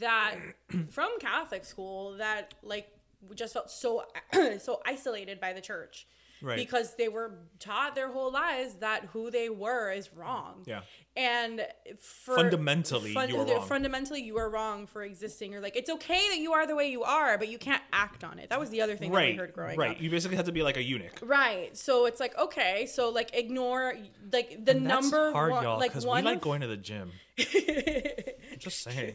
Speaker 3: that from Catholic school that like just felt so so isolated by the church
Speaker 1: Right.
Speaker 3: because they were taught their whole lives that who they were is wrong
Speaker 1: Yeah.
Speaker 3: and for,
Speaker 1: Fundamentally, you are
Speaker 3: the-
Speaker 1: wrong.
Speaker 3: fundamentally you are wrong for existing or like it's okay that you are the way you are but you can't act on it that was the other thing that we
Speaker 1: Right,
Speaker 3: heard growing
Speaker 1: right.
Speaker 3: up
Speaker 1: You basically have to be like a eunuch.
Speaker 3: Right, so it's like okay, so like ignore like the
Speaker 1: And that's
Speaker 3: number
Speaker 1: hard,
Speaker 3: one,
Speaker 1: y'all,
Speaker 3: like
Speaker 1: because
Speaker 3: one
Speaker 1: we like going to the gym. Just saying.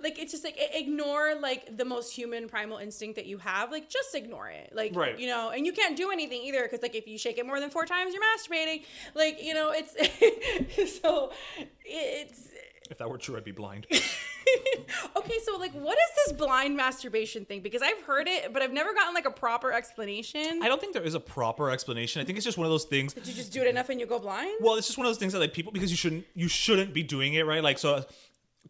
Speaker 3: like it's just like i- ignore like the most human primal instinct that you have like just ignore it like
Speaker 1: Right.
Speaker 3: you know and you can't do anything either because like if you shake it more than four times you're masturbating like you know it's so it's
Speaker 1: If that were true, I'd be blind.
Speaker 3: okay so like what is this blind masturbation thing because i've heard it but i've never gotten like a proper explanation
Speaker 1: I don't think there is a proper explanation. I think it's just one of those things.
Speaker 3: you just do it enough and you go blind
Speaker 1: Well, it's just one of those things that like people because you shouldn't you shouldn't be doing it, right? Like so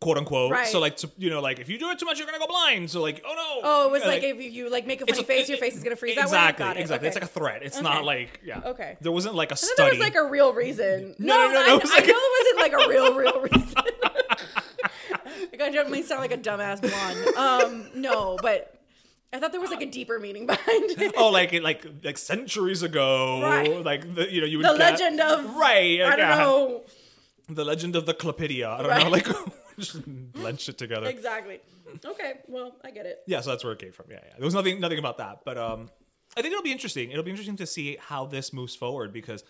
Speaker 1: quote unquote.
Speaker 3: Right.
Speaker 1: So like to, you know like if you do it too much you're going to go blind. So like oh no.
Speaker 3: oh it was
Speaker 1: Yeah,
Speaker 3: like, if you, you like make a
Speaker 1: it's
Speaker 3: funny face your
Speaker 1: it-
Speaker 3: face is gonna freeze
Speaker 1: Exactly.
Speaker 3: that way Got it.
Speaker 1: Exactly. It's
Speaker 3: Okay.
Speaker 1: like a threat. It's
Speaker 3: Okay.
Speaker 1: not like yeah.
Speaker 3: Okay.
Speaker 1: There wasn't like a
Speaker 3: I thought
Speaker 1: study.
Speaker 3: There was like a real reason.
Speaker 1: No, no, no,
Speaker 3: I,
Speaker 1: no, it was
Speaker 3: I
Speaker 1: like a-
Speaker 3: know it wasn't like a real, real reason. like I don't mean to sound like a dumbass blonde. Um, no, but I thought there was like a deeper meaning behind it.
Speaker 1: Oh, like it- like like centuries ago,
Speaker 3: Right.
Speaker 1: like the, you know you would
Speaker 3: the
Speaker 1: get-
Speaker 3: legend of
Speaker 1: right.
Speaker 3: I don't
Speaker 1: yeah.
Speaker 3: know
Speaker 1: The legend of the chlamydia. I don't know.
Speaker 3: Right.
Speaker 1: Like just blend shit together.
Speaker 3: exactly. Okay, well I get it.
Speaker 1: yeah so that's where it came from yeah yeah there was nothing nothing about that but um i think it'll be interesting it'll be interesting to see how this moves forward because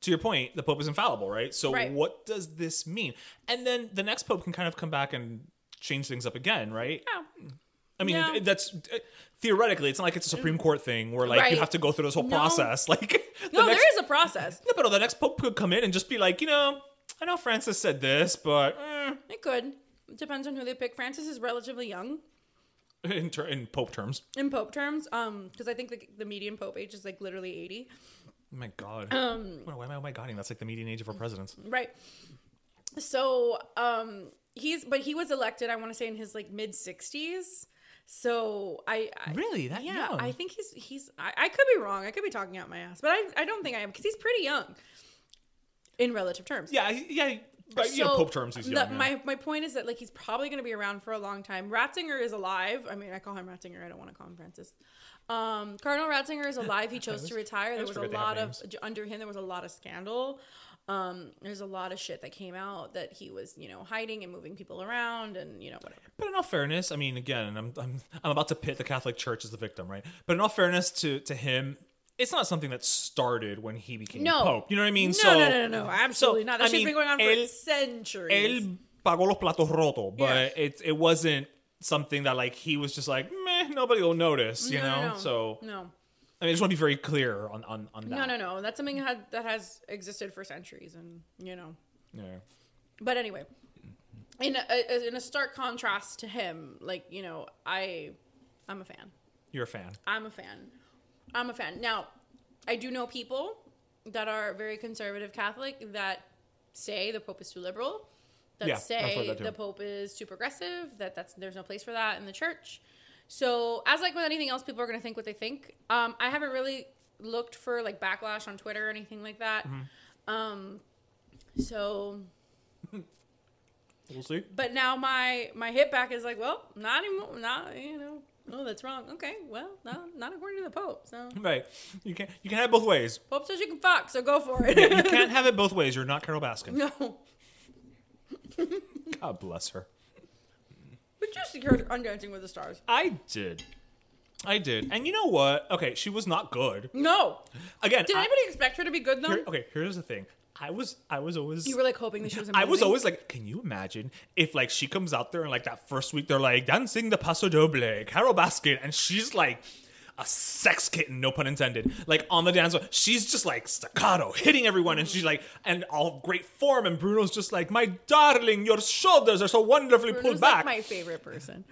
Speaker 1: to your point the pope is infallible right so
Speaker 3: Right.
Speaker 1: what does this mean and then the next pope can kind of come back and change things up again right i mean
Speaker 3: No.
Speaker 1: that's uh, theoretically it's not like it's a supreme court thing where like
Speaker 3: Right.
Speaker 1: you have to go through this whole
Speaker 3: No.
Speaker 1: process like the
Speaker 3: No,
Speaker 1: next,
Speaker 3: there is a process.
Speaker 1: no, but the next pope could come in and just be like you know i know francis said this but eh,
Speaker 3: It could. Depends on who they pick. Francis is relatively young
Speaker 1: in, ter- in pope terms
Speaker 3: in Pope terms, um, because I think the, the median Pope age is like literally eighty.
Speaker 1: oh my god um, why am i oh my godding that's like the median age of our presidents
Speaker 3: Right. So, um, he's but he was elected. I want to say in his like mid sixties. So I, I
Speaker 1: Really? That
Speaker 3: yeah.
Speaker 1: young?
Speaker 3: I think he's he's. I, I could be wrong. I could be talking out my ass, but I I don't think I am because he's pretty young in relative terms.
Speaker 1: Yeah, I- yeah. But Uh, you know,
Speaker 3: So,
Speaker 1: Pope terms he's
Speaker 3: the-
Speaker 1: young. yeah.
Speaker 3: My my point is that like he's probably going to be around for a long time. Ratzinger is alive. I mean, I call him Ratzinger. I don't want to call him Francis. Um, Cardinal Ratzinger is alive. He chose to retire. There was
Speaker 1: always forget
Speaker 3: a
Speaker 1: they have
Speaker 3: lot of
Speaker 1: names.
Speaker 3: under him. There was a lot of scandal. Um, there's a lot of shit that came out that he was you know hiding and moving people around and you know whatever.
Speaker 1: But in all fairness, I mean, again, and I'm, I'm I'm about to pit the Catholic Church as the victim, right? But in all fairness to to him, it's not something that started when he became
Speaker 3: No.
Speaker 1: Pope. You know what I mean?
Speaker 3: No,
Speaker 1: so,
Speaker 3: no, no, no, no, absolutely
Speaker 1: so,
Speaker 3: not. That
Speaker 1: I
Speaker 3: shit's
Speaker 1: mean,
Speaker 3: been going on for
Speaker 1: él-
Speaker 3: centuries.
Speaker 1: Él pagó los platos rotos, but
Speaker 3: Yeah.
Speaker 1: it it wasn't something that like he was just like, meh, nobody will notice, you
Speaker 3: No, no,
Speaker 1: know?
Speaker 3: no.
Speaker 1: So
Speaker 3: no,
Speaker 1: I mean, I just want to be very clear on on on that.
Speaker 3: no, no, no. That's something that had- that has existed for centuries, and you know
Speaker 1: Yeah.
Speaker 3: But anyway, in a- a, in a stark contrast to him, like you know, I I'm a fan.
Speaker 1: You're a fan.
Speaker 3: I'm a fan. I'm a fan. Now, I do know people that are very conservative Catholic that say the Pope is too liberal, that
Speaker 1: Yeah, I've heard
Speaker 3: say
Speaker 1: that too.
Speaker 3: the Pope is too progressive, that that's there's no place for that in the church. So, as like with anything else, people are gonna think what they think. Um, I haven't really looked for like backlash on Twitter or anything like that.
Speaker 1: Mm-hmm.
Speaker 3: Um, so,
Speaker 1: We'll see.
Speaker 3: but now my my hit back is like, well, not anymore. Not you know. Oh, that's wrong. Okay, well, no, not according to the Pope. So
Speaker 1: Right. You can you can have it both ways.
Speaker 3: Pope says you can fuck, so go for it.
Speaker 1: You can't have it both ways. You're not Carol Baskin.
Speaker 3: no,
Speaker 1: God bless her.
Speaker 3: but just secured on Dancing with the Stars.
Speaker 1: I did. I did. And you know what? Okay, she was not good.
Speaker 3: No,
Speaker 1: Again,
Speaker 3: did
Speaker 1: I-
Speaker 3: anybody expect her to be good though?
Speaker 1: here- okay, here's the thing. I was I was always
Speaker 3: you were like hoping that she was. Amazing.
Speaker 1: I was always like, can you imagine if like she comes out there and like that first week they're like dancing the paso doble, Carol Baskin, and she's like a sex kitten, no pun intended. Like on the dance floor, she's just like staccato, hitting everyone, and she's like, and all great form, and Bruno's just like, my darling, your shoulders are so wonderfully
Speaker 3: Bruno's,
Speaker 1: pulled back.
Speaker 3: Like my favorite person.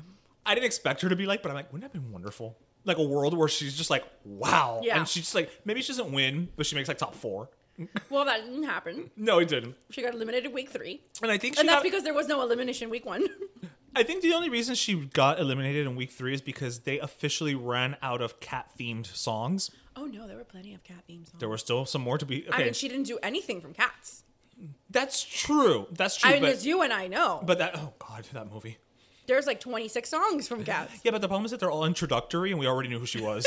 Speaker 1: I didn't expect her to be like, but I'm like, wouldn't that have been wonderful? Like a world where she's just like, wow,
Speaker 3: Yeah.
Speaker 1: and she's just like, maybe she doesn't win, but she makes like top four.
Speaker 3: Well, that didn't happen.
Speaker 1: No, it didn't.
Speaker 3: She got eliminated week three,
Speaker 1: And I think she
Speaker 3: and that's
Speaker 1: got-
Speaker 3: because there was no elimination week one.
Speaker 1: I think the only reason she got eliminated in week three is because they officially ran out of cat themed songs.
Speaker 3: oh no, there were plenty of cat themes. On.
Speaker 1: There were still some more to be.
Speaker 3: I
Speaker 1: Okay,
Speaker 3: mean, she didn't do anything from Cats.
Speaker 1: that's true. That's true.
Speaker 3: I mean,
Speaker 1: but,
Speaker 3: as you and I know,
Speaker 1: but that oh god, that movie.
Speaker 3: there's like 26 songs from Cats.
Speaker 1: Yeah, but the problem is that they're all introductory, and we already knew who she was.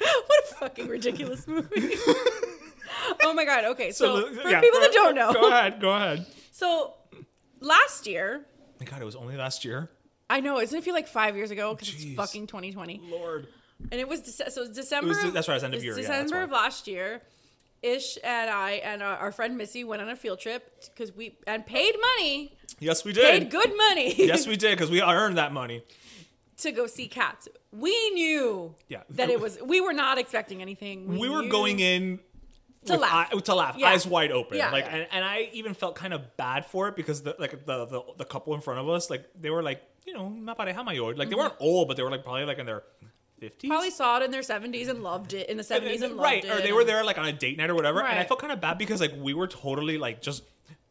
Speaker 3: what a fucking ridiculous movie. oh my god. Okay, so, for
Speaker 1: yeah,
Speaker 3: people that
Speaker 1: go-
Speaker 3: don't know,
Speaker 1: go ahead, go ahead.
Speaker 3: so last year,
Speaker 1: My god, it was only last year.
Speaker 3: I know, doesn't it feel like five years ago? Because it's
Speaker 1: Jeez.
Speaker 3: fucking 2020.
Speaker 1: Lord,
Speaker 3: and it was Dece- so it was December.
Speaker 1: de-
Speaker 3: of-
Speaker 1: that's right, it was end of
Speaker 3: it
Speaker 1: year, yeah, that's
Speaker 3: December
Speaker 1: why.
Speaker 3: of last year. Ish and I and our, our friend Missy went on a field trip because we and paid money,
Speaker 1: yes we did.
Speaker 3: paid good money,
Speaker 1: Yes we did because we earned that money.
Speaker 3: to go see cats. We knew
Speaker 1: Yeah.
Speaker 3: that it was. We were not expecting anything.
Speaker 1: We were
Speaker 3: knew
Speaker 1: going in
Speaker 3: to
Speaker 1: with
Speaker 3: laugh.
Speaker 1: eye- to laugh,
Speaker 3: Yeah.
Speaker 1: eyes wide open.
Speaker 3: Yeah,
Speaker 1: like,
Speaker 3: yeah.
Speaker 1: And, and I even felt kind of bad for it because the like the the, the couple in front of us, like they were like, you know, not pareja mayor. Like they weren't old, but they were like probably like in their fifties.
Speaker 3: Mm-hmm. Probably saw it in their seventies and loved it in the seventies and loved
Speaker 1: right,
Speaker 3: it.
Speaker 1: or they were there like on a date night or whatever, and I
Speaker 3: Right.
Speaker 1: felt kind of bad because like we were totally like just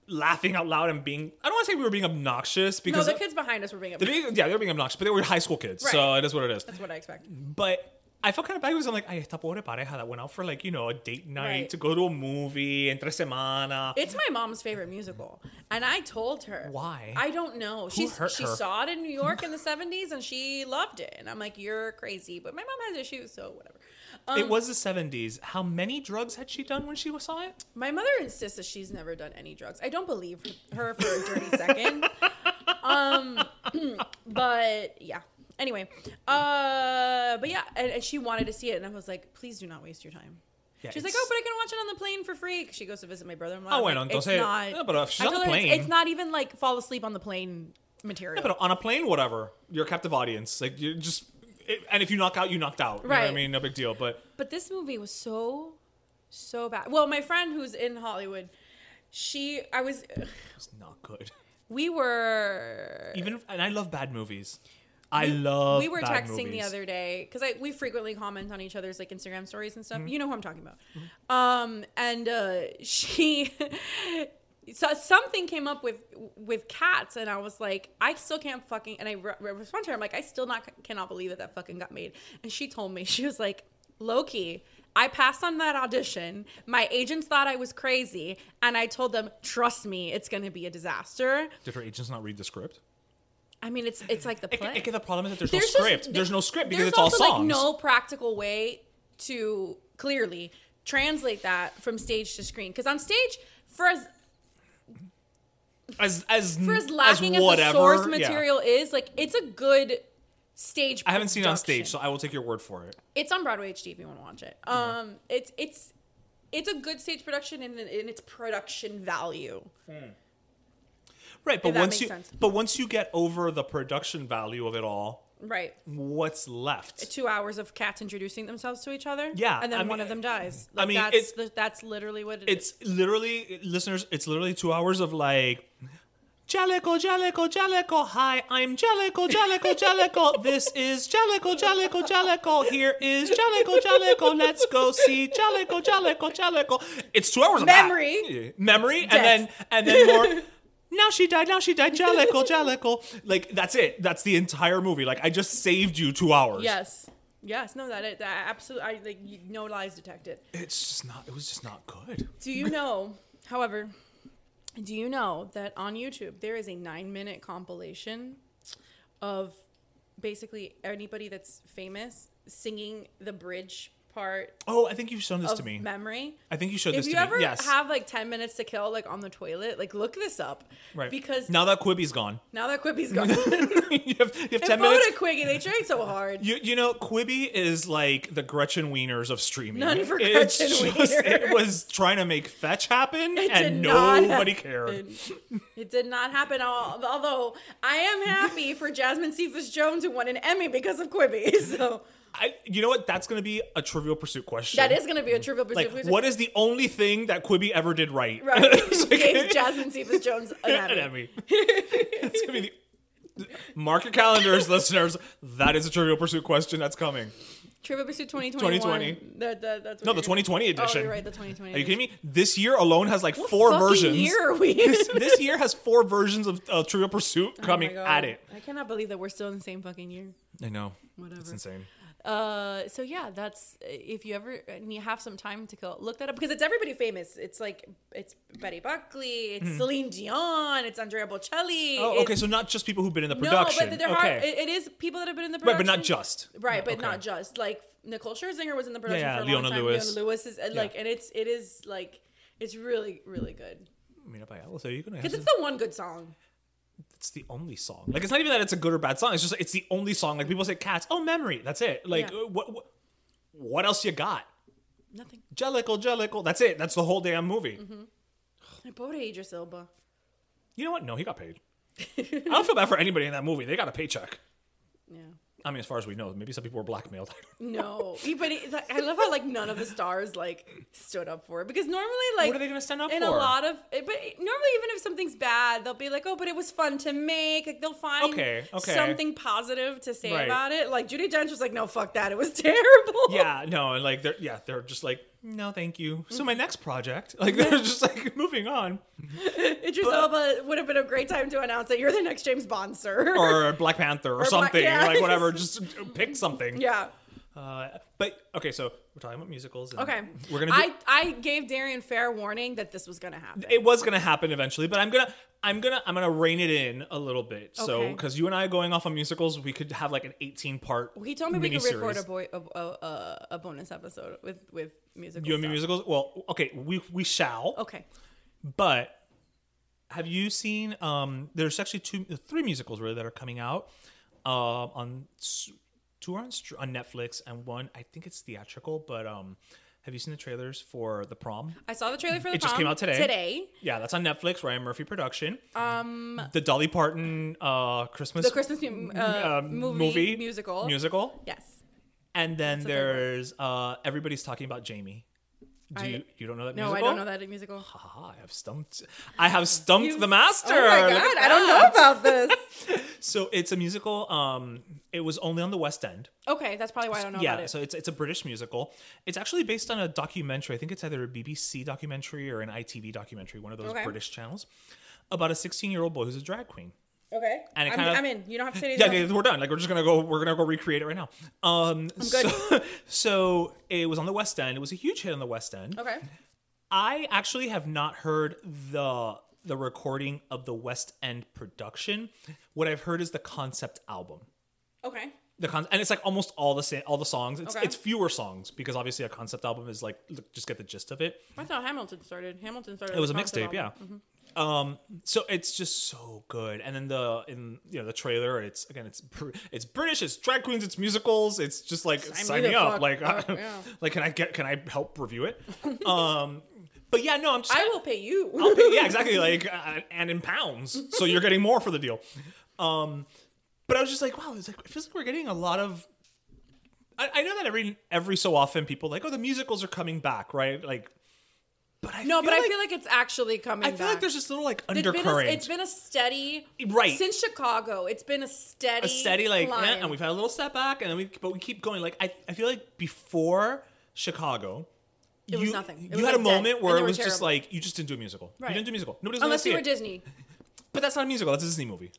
Speaker 1: laughing out loud and being—I don't want to say we were being obnoxious
Speaker 3: No,
Speaker 1: because
Speaker 3: the kids behind us were being.
Speaker 1: the big- yeah, they were being obnoxious, but they were high school kids, so
Speaker 3: Right.
Speaker 1: it is what it is.
Speaker 3: That's what I expect.
Speaker 1: But I felt kind of bad because I'm like, ay, esta pobre pareja that went out for like, you know, a date night
Speaker 3: Right.
Speaker 1: to go to a movie, entre semana.
Speaker 3: It's my mom's favorite musical, and I told her
Speaker 1: Why?
Speaker 3: I don't know. She
Speaker 1: hurt
Speaker 3: she
Speaker 1: her?
Speaker 3: saw it in New York in the seventies, and she loved it. And I'm like, you're crazy, but my mom has issues, so whatever. Um,
Speaker 1: it was the 70s. How many drugs had she done when she saw it?
Speaker 3: my mother insists that she's never done any drugs. I don't believe her for a dirty second. Um, but yeah. Anyway, uh, but yeah, and, and she wanted to see it, and I was like, please do not waste your time.
Speaker 1: Yeah,
Speaker 3: She's like,
Speaker 1: it's-
Speaker 3: oh, but I can watch it on the plane for free. 'cause She goes to visit my brother-in-law.
Speaker 1: Ah,
Speaker 3: I'm
Speaker 1: bueno,
Speaker 3: like, it's
Speaker 1: entonces-
Speaker 3: not.
Speaker 1: no, pero if she's
Speaker 3: I
Speaker 1: on the
Speaker 3: told her it's-
Speaker 1: plane-
Speaker 3: it's not even like fall asleep on the plane material.
Speaker 1: But on a plane, whatever. You're a captive audience. Like, you just. It, and if you knock out, you knocked out. You know what I
Speaker 3: Right.
Speaker 1: mean? No big deal. But
Speaker 3: But this movie was so, so bad. Well, my friend who's in Hollywood, she, I was,
Speaker 1: it's not good.
Speaker 3: we were,
Speaker 1: Even. If, and I love bad movies. I love
Speaker 3: Uh, we were
Speaker 1: bad
Speaker 3: texting the
Speaker 1: movies.
Speaker 3: other day because we frequently comment on each other's like Instagram stories and
Speaker 1: Mm-hmm.
Speaker 3: stuff. You know who I'm talking about. Um, and uh, she, so something came up with with cats, and I was like, I still can't fucking. And I re- re- respond to her, I'm like, I still not cannot believe that that fucking got made. And she told me she was like, Loki. I passed on that audition. My agents thought I was crazy, and I told them, "Trust me, it's going to be a disaster."
Speaker 1: Did her agents not read the script?
Speaker 3: I mean, it's it's like the
Speaker 1: I,
Speaker 3: play.
Speaker 1: I get the problem is that there's,
Speaker 3: There's
Speaker 1: no
Speaker 3: just-
Speaker 1: script. there's no script because
Speaker 3: there's
Speaker 1: it's all
Speaker 3: also,
Speaker 1: songs.
Speaker 3: Like, no practical way to clearly translate that from stage to screen because on stage for as
Speaker 1: as Hmm. as
Speaker 3: for as lacking
Speaker 1: as
Speaker 3: as the
Speaker 1: whatever,
Speaker 3: source
Speaker 1: yeah.
Speaker 3: material is, like it's a good stage.
Speaker 1: I haven't seen it on stage, so
Speaker 3: production.
Speaker 1: I will take your word for it.
Speaker 3: it's on Broadway HD if you want to watch it. Um, it's it's it's a good stage production in, in its production value.
Speaker 1: Right, but
Speaker 3: that
Speaker 1: once
Speaker 3: makes
Speaker 1: you
Speaker 3: sense.
Speaker 1: but once you get over the production value of it all,
Speaker 3: Right.
Speaker 1: what's left?
Speaker 3: Two hours of cats introducing themselves to each other.
Speaker 1: Yeah,
Speaker 3: And then
Speaker 1: I mean-
Speaker 3: one of them dies.
Speaker 1: I
Speaker 3: Like,
Speaker 1: mean,
Speaker 3: that's,
Speaker 1: it's-
Speaker 3: the, that's literally what it is.
Speaker 1: It's literally listeners, it's literally 2 hours of like Jellicle, Jellicle, Jellicle, hi, I'm Jellicle, Jellicle, Jellicle. This is Jellicle, Jellicle, Jellicle. Here is Jellicle, Jellicle. Let's go see Jellicle, Jellicle, Jellicle. It's two hours of that.
Speaker 3: Memory.
Speaker 1: Memory,
Speaker 3: Death.
Speaker 1: and then and then more now she died, now she died, Jellicle, Jellicle. Like, that's it. That's the entire movie. Like, I just saved you two hours.
Speaker 3: Yes. Yes. No, that, is- that absolutely. I like you- no lies detected.
Speaker 1: It's just not, it was just not good.
Speaker 3: Do you know, however, do you know that on YouTube there is a nine minute compilation of basically anybody that's famous singing the bridge part
Speaker 1: Oh, I think you've shown this
Speaker 3: of
Speaker 1: to me.
Speaker 3: memory?
Speaker 1: I think you showed
Speaker 3: If
Speaker 1: this
Speaker 3: you
Speaker 1: to
Speaker 3: ever
Speaker 1: me. Yes.
Speaker 3: have like 10 minutes to kill, like on the toilet, like look this up.
Speaker 1: right.
Speaker 3: Because now,
Speaker 1: now that Quibi's gone,
Speaker 3: that Quibi's gone, it
Speaker 1: you have, you have 10
Speaker 3: bought
Speaker 1: minutes.
Speaker 3: a Quiggy. They tried so hard.
Speaker 1: You, you know, Quibi is like the Gretchen Wieners of streaming.
Speaker 3: None for
Speaker 1: It's
Speaker 3: Gretchen
Speaker 1: just- It
Speaker 3: Wieners.
Speaker 1: was trying to make fetch happen,
Speaker 3: It
Speaker 1: and
Speaker 3: did not
Speaker 1: nobody
Speaker 3: happen.
Speaker 1: cared.
Speaker 3: It did not happen. All, although I am happy for Jasmine Cephas Jones who won an Emmy because of Quibi. So
Speaker 1: I, you know what? That's going to be a Trivial Pursuit question.
Speaker 3: that is going to be a trivial pursuit.
Speaker 1: like, what is the only thing that Quibi ever did right?
Speaker 3: right?
Speaker 1: It's like-
Speaker 3: Gave Jasmine Cephas Jones an
Speaker 1: an
Speaker 3: Emmy.
Speaker 1: Emmy. That's gonna be the mark your calendars, listeners. That is a Trivial Pursuit question that's coming.
Speaker 3: Trivial Pursuit 2021.
Speaker 1: 2020.
Speaker 3: That- that- that's what
Speaker 1: No,
Speaker 3: you're-
Speaker 1: the 2020 edition.
Speaker 3: Oh, you're right, the 2020.
Speaker 1: Are you kidding me? This year alone has like four
Speaker 3: fucking
Speaker 1: versions.
Speaker 3: year are we in? Oh
Speaker 1: this, this year has four versions of uh, Trivial Pursuit coming at it.
Speaker 3: I cannot believe that we're still in the same fucking year.
Speaker 1: I know. It's
Speaker 3: Whatever.
Speaker 1: insane.
Speaker 3: Uh, so yeah, that's if you ever and you have some time to kill, look that up because it's everybody famous. It's like it's Betty Buckley, it's Celine Dion, it's Andrea Bocelli.
Speaker 1: Mm-hmm. Oh,
Speaker 3: it's-
Speaker 1: okay. So not just people who've been in the
Speaker 3: no,
Speaker 1: production.
Speaker 3: but there are
Speaker 1: okay.
Speaker 3: it, it is people that have been in the
Speaker 1: Right,
Speaker 3: production,
Speaker 1: but not just.
Speaker 3: right, but
Speaker 1: Okay.
Speaker 3: not just like Nicole Scherzinger was in the production
Speaker 1: Yeah, yeah,
Speaker 3: for a
Speaker 1: Leona
Speaker 3: long time.
Speaker 1: Lewis.
Speaker 3: Leona Lewis is and, like, and it's it is like it's really really good
Speaker 1: I mean, if I Alice, are you gonna? Have
Speaker 3: because
Speaker 1: to,
Speaker 3: it's the one good song.
Speaker 1: it's the only song. Like, it's not even that it's a good or bad song. It's just it's the only song. Like people say, "Cats." Oh, memory. That's it. Like,
Speaker 3: Yeah.
Speaker 1: uh, what, what? What else you got?
Speaker 3: Nothing. Mm-hmm.
Speaker 1: Jellicle, Jellicle. That's it. That's the whole damn movie.
Speaker 3: I bought Idris Elba.
Speaker 1: You know what? No, he got paid. I don't feel bad for anybody in that movie. They got a paycheck.
Speaker 3: Yeah.
Speaker 1: I mean, as far as we know, maybe some people were blackmailed.
Speaker 3: No, He- but it, like, I love how like none of the stars like stood up for it because normally like
Speaker 1: What are they gonna stand up
Speaker 3: in
Speaker 1: for?
Speaker 3: a lot of eh, but normally even if something's bad they'll be like oh but it was fun to make like they'll find
Speaker 1: Okay, okay.
Speaker 3: something positive to say
Speaker 1: Right.
Speaker 3: about it like Judy Dench was like no fuck that it was terrible
Speaker 1: yeah, no, and like they're yeah, they're just like, no, thank you. So
Speaker 3: Mm-hmm.
Speaker 1: my next project, like they're just like moving on.
Speaker 3: Idris Elba would have been a great time to announce that you're the next James Bond sir
Speaker 1: Or Black Panther or,
Speaker 3: Black-
Speaker 1: something.
Speaker 3: yeah.
Speaker 1: Like whatever. Just pick something.
Speaker 3: yeah
Speaker 1: Uh, but okay, so we're talking about musicals. and
Speaker 3: okay
Speaker 1: We're gonna do
Speaker 3: I I gave Darian fair warning that this was gonna happen
Speaker 1: it was gonna happen eventually, but I'm gonna I'm gonna I'm gonna rein it in a little bit. So
Speaker 3: Okay.
Speaker 1: because you and I are going off on musicals, we could have like an 18 part.
Speaker 3: he told me we could record
Speaker 1: miniseries.
Speaker 3: a, boy, a, a, a- a bonus episode with with musical
Speaker 1: You and me
Speaker 3: stuff.
Speaker 1: musicals? Well, okay, we we shall.
Speaker 3: Okay.
Speaker 1: But have you seen? Um, there's actually two, three musicals really that are coming out uh, on s- two are on, str- on Netflix, and one I think it's theatrical. But um, have you seen the trailers for The Prom?
Speaker 3: I saw the trailer for the
Speaker 1: It just came
Speaker 3: Prom
Speaker 1: out today.
Speaker 3: Today.
Speaker 1: Yeah, that's on Netflix. Ryan Murphy production. Um, the Dolly Parton uh Christmas
Speaker 3: The Christmas mu- uh,
Speaker 1: um,
Speaker 3: movie, musical.
Speaker 1: musical,
Speaker 3: Yes.
Speaker 1: and then
Speaker 3: a good one.
Speaker 1: there's uh everybody's talking about Jamie. Do
Speaker 3: I-
Speaker 1: you you don't know that?
Speaker 3: No,
Speaker 1: musical?
Speaker 3: I don't know that musical.
Speaker 1: Ah, I have stumped. I have stumped
Speaker 3: You-
Speaker 1: the master.
Speaker 3: Oh my
Speaker 1: Look at
Speaker 3: god, I don't know
Speaker 1: that.
Speaker 3: about this.
Speaker 1: So it's a musical. Um, it was only on the West End.
Speaker 3: okay, that's probably why I don't know about
Speaker 1: yeah,
Speaker 3: it.
Speaker 1: so it's it's a British musical. It's actually based on a documentary. I think it's either a BBC documentary or an ITV documentary, one of those
Speaker 3: Okay.
Speaker 1: British channels, about a 16 year old boy who's a drag queen.
Speaker 3: okay.
Speaker 1: and it
Speaker 3: I'm,
Speaker 1: kind of-
Speaker 3: I'm in. You don't have to say
Speaker 1: Yeah,
Speaker 3: anything.
Speaker 1: okay,
Speaker 3: else.
Speaker 1: we're done. Like we're just gonna go. We're gonna go recreate it right now. Um, So, so it was on the West End. It was a huge hit on the West End.
Speaker 3: Okay.
Speaker 1: I actually have not heard the the recording of the West End production. What I've heard is the concept album.
Speaker 3: Okay.
Speaker 1: The con- and it's like almost all the same, all the songs. It's
Speaker 3: Okay.
Speaker 1: it's fewer songs because obviously a concept album is like look, just get the gist of it.
Speaker 3: That's how Hamilton started. Hamilton started.
Speaker 1: It was a
Speaker 3: with
Speaker 1: mixtape,
Speaker 3: concept
Speaker 1: yeah.
Speaker 3: album.
Speaker 1: Um, so it's just so good. And then the in you know the trailer, it's again it's br- it's British, it's drag queens, it's musicals. It's just like sign,
Speaker 3: me
Speaker 1: me
Speaker 3: the
Speaker 1: up.
Speaker 3: fuck
Speaker 1: Like
Speaker 3: up, yeah.
Speaker 1: like can I get can I help review it? um, but yeah, no, I'm just
Speaker 3: I will pay you.
Speaker 1: I'll pay- yeah, exactly. Like, uh, and in pounds, so you're getting more for the deal. Um, but I was just like, wow, it's like, it feels like we're getting a lot of. I, I know that every every so often people like, oh, the musicals are coming back, right? Like, but I
Speaker 3: no,
Speaker 1: feel
Speaker 3: but I
Speaker 1: like-
Speaker 3: feel like it's actually coming.
Speaker 1: I feel
Speaker 3: back.
Speaker 1: like there's this little like
Speaker 3: It's been, a,
Speaker 1: undercurrent,
Speaker 3: it's been a steady
Speaker 1: Right.
Speaker 3: since Chicago. It's been a steady,
Speaker 1: a steady like, eh,
Speaker 3: climb.
Speaker 1: and we've had a little step back, and then we but we keep going. Like, I I feel like before Chicago.
Speaker 3: It was
Speaker 1: you,
Speaker 3: nothing. It
Speaker 1: you
Speaker 3: was
Speaker 1: had
Speaker 3: like
Speaker 1: a
Speaker 3: dead,
Speaker 1: moment
Speaker 3: and
Speaker 1: where
Speaker 3: they
Speaker 1: it
Speaker 3: were
Speaker 1: was just
Speaker 3: terrible.
Speaker 1: like you just didn't do a musical.
Speaker 3: Right.
Speaker 1: You didn't do a musical. Nobody's gonna
Speaker 3: unless
Speaker 1: see
Speaker 3: you were
Speaker 1: it.
Speaker 3: Disney.
Speaker 1: But that's not a musical. That's a Disney movie.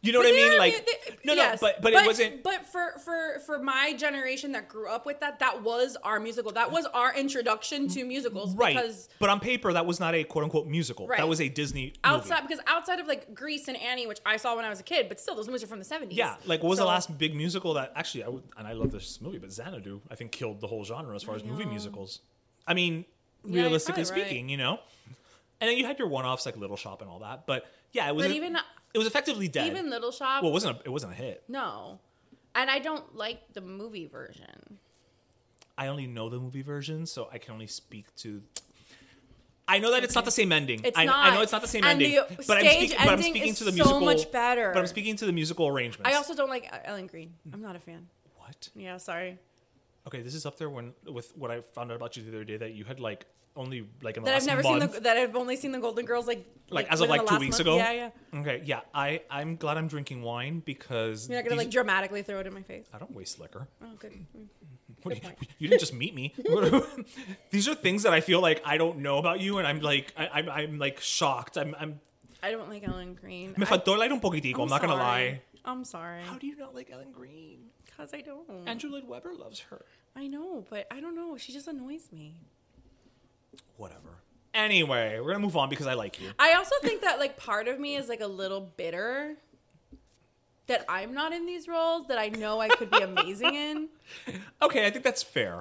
Speaker 1: You know
Speaker 3: But
Speaker 1: what I
Speaker 3: they
Speaker 1: mean?
Speaker 3: are
Speaker 1: Like,
Speaker 3: mu- they-
Speaker 1: no, no,
Speaker 3: yes.
Speaker 1: but, but it wasn't.
Speaker 3: But for for for my generation that grew up with that, that was our musical. That was our introduction to musicals.
Speaker 1: Right.
Speaker 3: Because
Speaker 1: But on paper, that was not a quote unquote musical.
Speaker 3: Right.
Speaker 1: That was a Disney movie.
Speaker 3: outside, because outside of like Grease and Annie, which I saw when I was a kid, but still, those movies are from the seventies.
Speaker 1: Yeah, like what was the
Speaker 3: So-
Speaker 1: last big musical that actually I would, and I love this movie, but Xanadu I think killed the whole genre as far as movie musicals. I mean,
Speaker 3: you're
Speaker 1: realistically
Speaker 3: probably right.
Speaker 1: speaking, you know. And then you had your one-offs like Little Shop and all that, but yeah, it was
Speaker 3: But even- uh,
Speaker 1: it was effectively dead.
Speaker 3: Even Little Shop.
Speaker 1: well, it wasn't a, it wasn't a hit.
Speaker 3: no, and I don't like the movie version.
Speaker 1: I only know the movie version, so I can only speak to. I know that it's not the same ending.
Speaker 3: It's
Speaker 1: I,
Speaker 3: not.
Speaker 1: I know it's not the same
Speaker 3: And
Speaker 1: ending,
Speaker 3: the
Speaker 1: but, I'm
Speaker 3: stage
Speaker 1: speaking, but I'm
Speaker 3: ending
Speaker 1: speaking
Speaker 3: is
Speaker 1: to the
Speaker 3: so
Speaker 1: musical.
Speaker 3: much better.
Speaker 1: But I'm speaking to the musical arrangements.
Speaker 3: I also don't like uh, Ellen Green. I'm not a fan.
Speaker 1: what?
Speaker 3: Yeah, sorry.
Speaker 1: Okay, this is up there when with what I found out about you the other day that you had like only like in the
Speaker 3: That I've
Speaker 1: last
Speaker 3: never
Speaker 1: month,
Speaker 3: seen the, that I've only seen the Golden Girls like
Speaker 1: like as of
Speaker 3: within
Speaker 1: like
Speaker 3: the
Speaker 1: two
Speaker 3: last
Speaker 1: weeks
Speaker 3: month.
Speaker 1: ago.
Speaker 3: Yeah, yeah.
Speaker 1: Okay, yeah. I I'm glad I'm drinking wine because
Speaker 3: You're not gonna
Speaker 1: these-
Speaker 3: like dramatically throw it in my face.
Speaker 1: I don't waste liquor.
Speaker 3: Oh, good.
Speaker 1: What do you, you didn't just meet me. these are things that I feel like I don't know about you, and I'm like I, I'm I'm like shocked. I'm I'm
Speaker 3: I don't like Ellen Green.
Speaker 1: me
Speaker 3: I-
Speaker 1: faltó el aire un poquitico. I'm, not gonna
Speaker 3: sorry.
Speaker 1: lie.
Speaker 3: I'm sorry.
Speaker 1: How do you not like Ellen Green?
Speaker 3: Because I don't.
Speaker 1: Andrew Lloyd Webber loves her.
Speaker 3: I know, but I don't know. She just annoys me.
Speaker 1: Whatever. Anyway, we're gonna move on because I like you.
Speaker 3: I also think that like part of me is like a little bitter that I'm not in these roles that I know I could be amazing in.
Speaker 1: Okay, I think that's fair.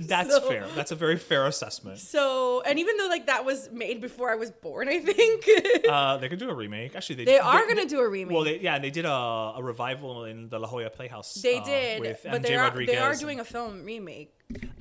Speaker 1: That's
Speaker 3: So-
Speaker 1: fair. That's a very fair assessment.
Speaker 3: So, and even though like that was made before I was born, I think
Speaker 1: Uh, they could do a remake. Actually, they
Speaker 3: They are gonna do a remake.
Speaker 1: Well, they, yeah, they did a, a revival in the La Jolla Playhouse.
Speaker 3: they
Speaker 1: uh,
Speaker 3: did,
Speaker 1: with
Speaker 3: but
Speaker 1: MJ
Speaker 3: they are
Speaker 1: Rodriguez.
Speaker 3: they are doing a film remake,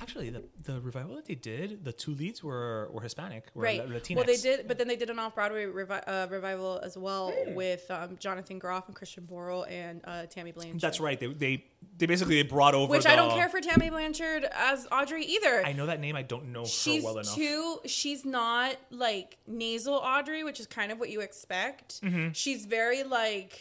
Speaker 1: actually the, the revival that they did. The two leads were were Hispanic, were
Speaker 3: right?
Speaker 1: La- Latinx.
Speaker 3: Well, they did, but then they did an off Broadway revi- uh, revival as well
Speaker 1: Hmm.
Speaker 3: with um, Jonathan Groff and Christian Borle and uh, Tammy Blanchard.
Speaker 1: That's right. They they, they basically they brought over.
Speaker 3: Which I don't
Speaker 1: the-
Speaker 3: care for Tammy Blanchard as Audrey either.
Speaker 1: I know that name. I don't know
Speaker 3: she's
Speaker 1: her well enough.
Speaker 3: too she's not like nasal audrey which is kind of what you expect
Speaker 1: Mm-hmm.
Speaker 3: she's very like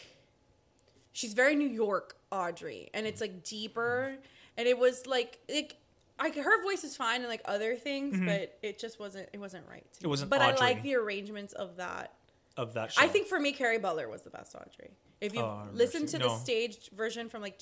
Speaker 3: she's very new york audrey and it's like deeper
Speaker 1: Mm-hmm.
Speaker 3: and it was like like I, her voice is fine and like other things but it just wasn't it wasn't right to
Speaker 1: Mm-hmm. It wasn't
Speaker 3: but i
Speaker 1: Audrey.
Speaker 3: like the arrangements of that
Speaker 1: of that show.
Speaker 3: i think for me carrie butler was the best audrey if you
Speaker 1: Oh, I remember
Speaker 3: listen
Speaker 1: she-
Speaker 3: to
Speaker 1: no.
Speaker 3: the staged version from like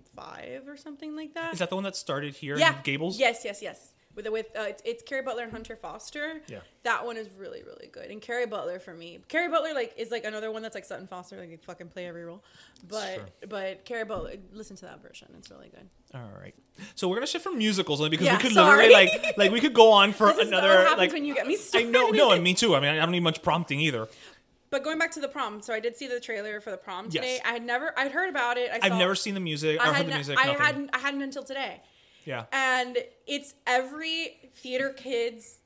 Speaker 3: 2005 or something like that
Speaker 1: is that the one that started here
Speaker 3: yeah.
Speaker 1: in Gables.
Speaker 3: Yes, yes, yes. With with uh, it's, it's Carrie Butler and Hunter Foster.
Speaker 1: Yeah.
Speaker 3: That one is really really good. And Carrie Butler for me, Carrie Butler like is like another one that's like Sutton Foster, like they fucking play every role. But
Speaker 1: Sure.
Speaker 3: but Carrie Butler, listen to that version. It's really good.
Speaker 1: All right. So we're gonna shift from musicals only because
Speaker 3: Yeah,
Speaker 1: we could
Speaker 3: sorry.
Speaker 1: literally like like we could go on for
Speaker 3: This is
Speaker 1: another
Speaker 3: what happens
Speaker 1: like
Speaker 3: when you get me
Speaker 1: I
Speaker 3: started.
Speaker 1: know no and me too. I mean I don't need much prompting either.
Speaker 3: But going back to the prom, so I did see the trailer for the prom
Speaker 1: Yes.
Speaker 3: today. I had never I'd heard about it. I
Speaker 1: I've
Speaker 3: saw-
Speaker 1: never seen the music. I
Speaker 3: I
Speaker 1: have heard
Speaker 3: had
Speaker 1: the
Speaker 3: no-
Speaker 1: music.
Speaker 3: I
Speaker 1: nothing.
Speaker 3: hadn't I hadn't until today.
Speaker 1: Yeah.
Speaker 3: and it's every theater kids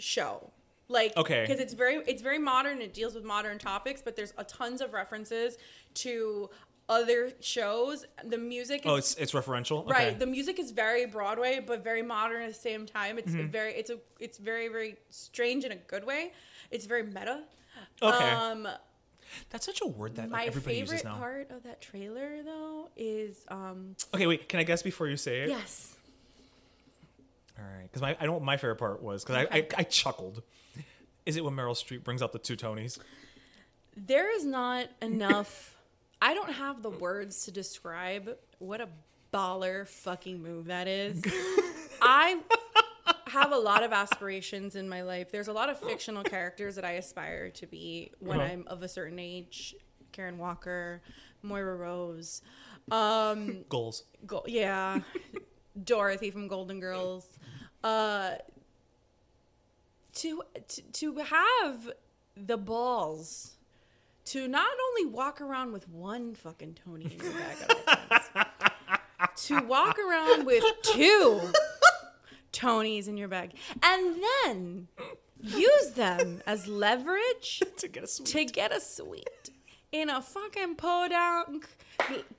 Speaker 3: show like
Speaker 1: Okay.
Speaker 3: because it's very it's very modern it deals with modern topics but there's a tons of references to other shows the music is
Speaker 1: oh, it's it's referential.
Speaker 3: right
Speaker 1: Okay.
Speaker 3: the music is very broadway but very modern at the same time it's
Speaker 1: Mm-hmm.
Speaker 3: very it's a it's very very strange in a good way it's very meta
Speaker 1: okay.
Speaker 3: um
Speaker 1: That's such a word that like,
Speaker 3: my
Speaker 1: everybody
Speaker 3: favorite
Speaker 1: uses now.
Speaker 3: part of that trailer though is um
Speaker 1: Okay, wait. Can I guess before you say it?
Speaker 3: yes
Speaker 1: All right. Because my I know what my favorite part was because I, I I chuckled. Is it when Meryl Streep brings out the two Tonys?
Speaker 3: there is not enough i don't have the words to describe what a baller fucking move that is i have a lot of aspirations in my life there's a lot of fictional characters that i aspire to be when
Speaker 1: Uh-huh.
Speaker 3: i'm of a certain age karen walker moira rose um
Speaker 1: Goals.
Speaker 3: Go- yeah, Dorothy from Golden Girls. Uh, to, to to have the balls to not only walk around with one fucking Tony in your bag at all times, to walk around with two Tonys in your bag, and then use them as leverage
Speaker 1: To get a sweet.
Speaker 3: to get a suite in a fucking podunk,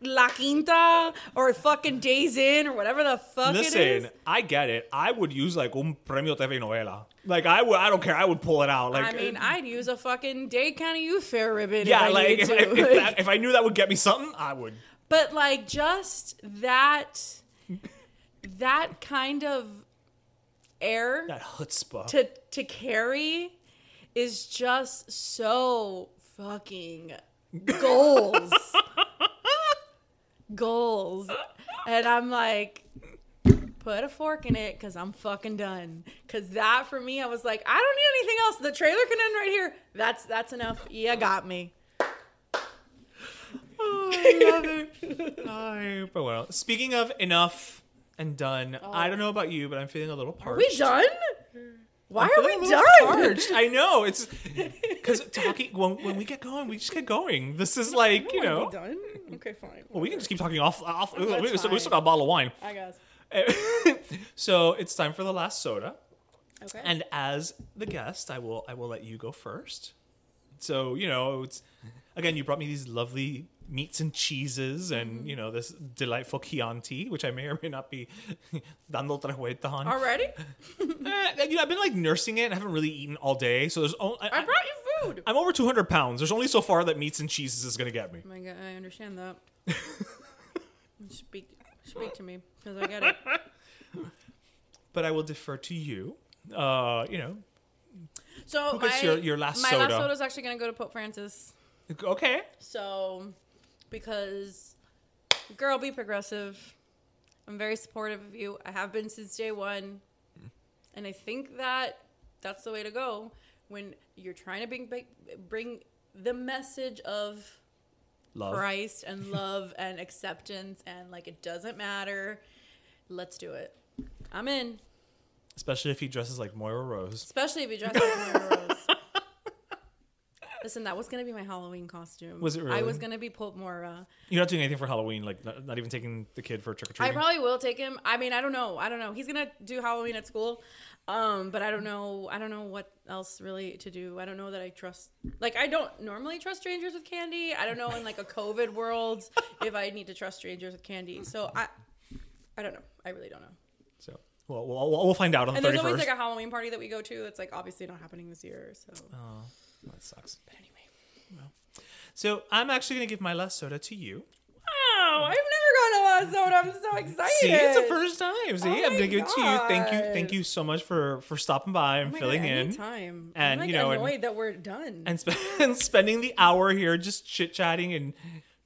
Speaker 3: La Quinta, or fucking Days Inn, or whatever the fuck it
Speaker 1: Listen,
Speaker 3: is.
Speaker 1: I get it. I would use like un premio TV novela. Like I would. I don't care. I would pull it out. Like uh,
Speaker 3: I mean, I'd use a fucking Dade County Youth Fair ribbon.
Speaker 1: yeah.
Speaker 3: if I
Speaker 1: Like if,
Speaker 3: needed to.
Speaker 1: if, if, that, if I knew that would get me something, I would.
Speaker 3: but like just that, that kind of air
Speaker 1: That chutzpah.
Speaker 3: to to carry is just so fucking goals. goals. And I'm like, put a fork in it because I'm fucking done. Because that for me, I was like, I don't need anything else. The trailer can end right here. That's that's enough. Yeah, got me.
Speaker 1: I, but well, speaking of enough and done, I don't know about you, but I'm feeling a little
Speaker 3: Are
Speaker 1: parched.
Speaker 3: we done? Why
Speaker 1: I'm
Speaker 3: are
Speaker 1: feeling
Speaker 3: we
Speaker 1: a little
Speaker 3: done?
Speaker 1: parched. I know it's because talking when, when we get going, we just get going. This is like you
Speaker 3: Are we
Speaker 1: know.
Speaker 3: done? Okay, fine.
Speaker 1: Well, we can just keep talking off. off we,
Speaker 3: that's
Speaker 1: we still we
Speaker 3: fine.
Speaker 1: still got a bottle of wine.
Speaker 3: I guess.
Speaker 1: so it's time for the last soda.
Speaker 3: Okay.
Speaker 1: And as the guest, I will I will let you go first. So you know, it's again, you brought me these lovely meats and cheeses,
Speaker 3: Mm-hmm.
Speaker 1: and you know this delightful Chianti, which I may or may not be dando otra vuelta on.
Speaker 3: Already?
Speaker 1: Eh, you know, I've been like nursing it. and I haven't really eaten all day, so there's only
Speaker 3: I brought you food.
Speaker 1: I'm over 200 pounds. There's only so far that meats and cheeses is gonna get me.
Speaker 3: Oh my god, I understand that. speak, speak to me, because I get it.
Speaker 1: But I will defer to you. Uh, you know,
Speaker 3: So
Speaker 1: gets
Speaker 3: my
Speaker 1: your- your last
Speaker 3: my
Speaker 1: soda?
Speaker 3: last soda is actually gonna go to Pope Francis.
Speaker 1: okay.
Speaker 3: So because girl, be progressive. I'm very supportive of you. I have been since day one, and I think that that's the way to go when you're trying to bring big- bring the message of
Speaker 1: Love.
Speaker 3: Christ and love and acceptance and like it doesn't matter. Let's do it. I'm in,
Speaker 1: Especially if he dresses like Moira Rose.
Speaker 3: especially if you dress like Moira Rose. Listen, that was gonna be my Halloween costume.
Speaker 1: Was it
Speaker 3: I
Speaker 1: really?
Speaker 3: was gonna be Pope Mora.
Speaker 1: You're not doing anything for Halloween, like not, not even taking the kid for trick or
Speaker 3: I
Speaker 1: treating.
Speaker 3: probably will take him. I mean, I don't know. I don't know. He's gonna do Halloween at school, um, but I don't know. I don't know what else really to do. I don't know that I trust. Like, I don't normally trust strangers with candy. I don't know in like a COVID world if I need to trust strangers with candy. So I, I don't know. I really don't know.
Speaker 1: so well, we'll, we'll we'll find out on
Speaker 3: And
Speaker 1: the
Speaker 3: there's
Speaker 1: 31st.
Speaker 3: always like a Halloween party that we go to that's like obviously not happening this year. So
Speaker 1: Oh. that sucks.
Speaker 3: anyway,
Speaker 1: So I'm actually gonna give my last soda to you.
Speaker 3: wow, I've never gone to a soda. I'm so excited.
Speaker 1: See, it's the first time. See,
Speaker 3: Oh
Speaker 1: I'm
Speaker 3: my
Speaker 1: gonna give it to you. Thank you,
Speaker 3: God.
Speaker 1: thank you so much for for stopping by and
Speaker 3: Oh my God,
Speaker 1: filling in
Speaker 3: anytime. I'm
Speaker 1: And,
Speaker 3: like
Speaker 1: you know, and-
Speaker 3: annoyed that we're done.
Speaker 1: and, sp- and spending the hour here just chit chatting and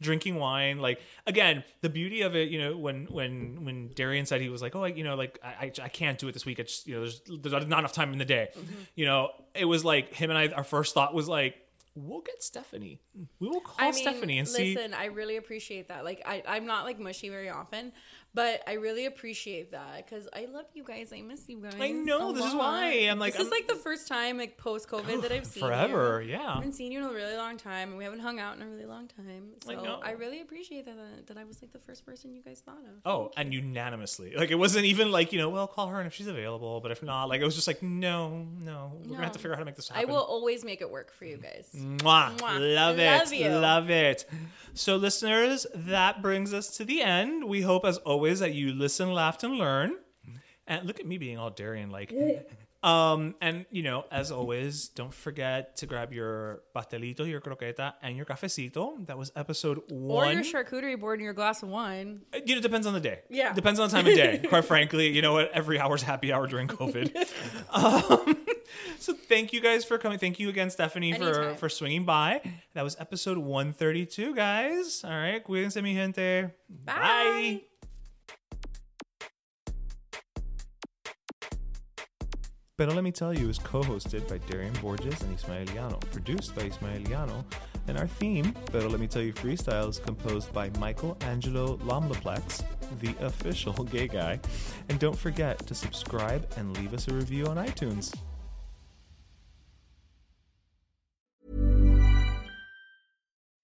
Speaker 1: drinking wine. Like again, the beauty of it, you know, when when when Darian said he was like, oh, I, you know, like I, I I can't do it this week. I just you know, there's there's not enough time in the day.
Speaker 3: Mm-hmm.
Speaker 1: You know, it was like him and I. Our first thought was like, we'll get Stephanie. We will call Stephanie and see.
Speaker 3: listen, I really appreciate that. Like, I, I'm not like mushy very often, but I really appreciate that because I love you guys. I miss you guys.
Speaker 1: I know,
Speaker 3: a
Speaker 1: this is
Speaker 3: lot.
Speaker 1: why I'm like-
Speaker 3: this is
Speaker 1: I'm-
Speaker 3: like the first time like post COVID that I've seen
Speaker 1: Forever,
Speaker 3: you.
Speaker 1: yeah.
Speaker 3: I haven't seen you in a really long time, and we haven't hung out in a really long time. So
Speaker 1: I know.
Speaker 3: I, really appreciate that that I was like the first person you guys thought of.
Speaker 1: Oh, and unanimously. Like it wasn't even like, you know, well, call her and if she's available, but if not, like it was just like, no, no, we're gonna have to
Speaker 3: No.
Speaker 1: figure out how to make this
Speaker 3: I
Speaker 1: happen. Mm.
Speaker 3: will always make it work for you guys.
Speaker 1: Mwah.
Speaker 3: Mwah.
Speaker 1: Love it.
Speaker 3: Love you.
Speaker 1: Love it. So, listeners, that brings us to the end. We hope, as always, that you listen, laughed, and learn. And look at me being all Darian like. Um, and you know, as always, don't forget to grab your pastelito, your croqueta, and your cafecito. That was episode
Speaker 3: Or
Speaker 1: one.
Speaker 3: your charcuterie board and your glass of wine.
Speaker 1: You know, it depends on the day.
Speaker 3: Yeah.
Speaker 1: Depends on the time of day. Quite frankly, you know what? Every hour's happy hour during COVID. um, so thank you guys for coming. Thank you again, Stephanie, for,
Speaker 3: Anytime.
Speaker 1: for swinging by. That was episode 132, guys. All right. Cuídense, mi gente.
Speaker 3: Bye.
Speaker 1: Pero Let Me Tell You is co-hosted by Darian Borges and Ismael Llano, produced by Ismael Llano, and our theme, Pero Let Me Tell You Freestyle, is composed by Michael Angelo Lomlaplex, the official gay guy. And don't forget to subscribe and leave us a review on iTunes.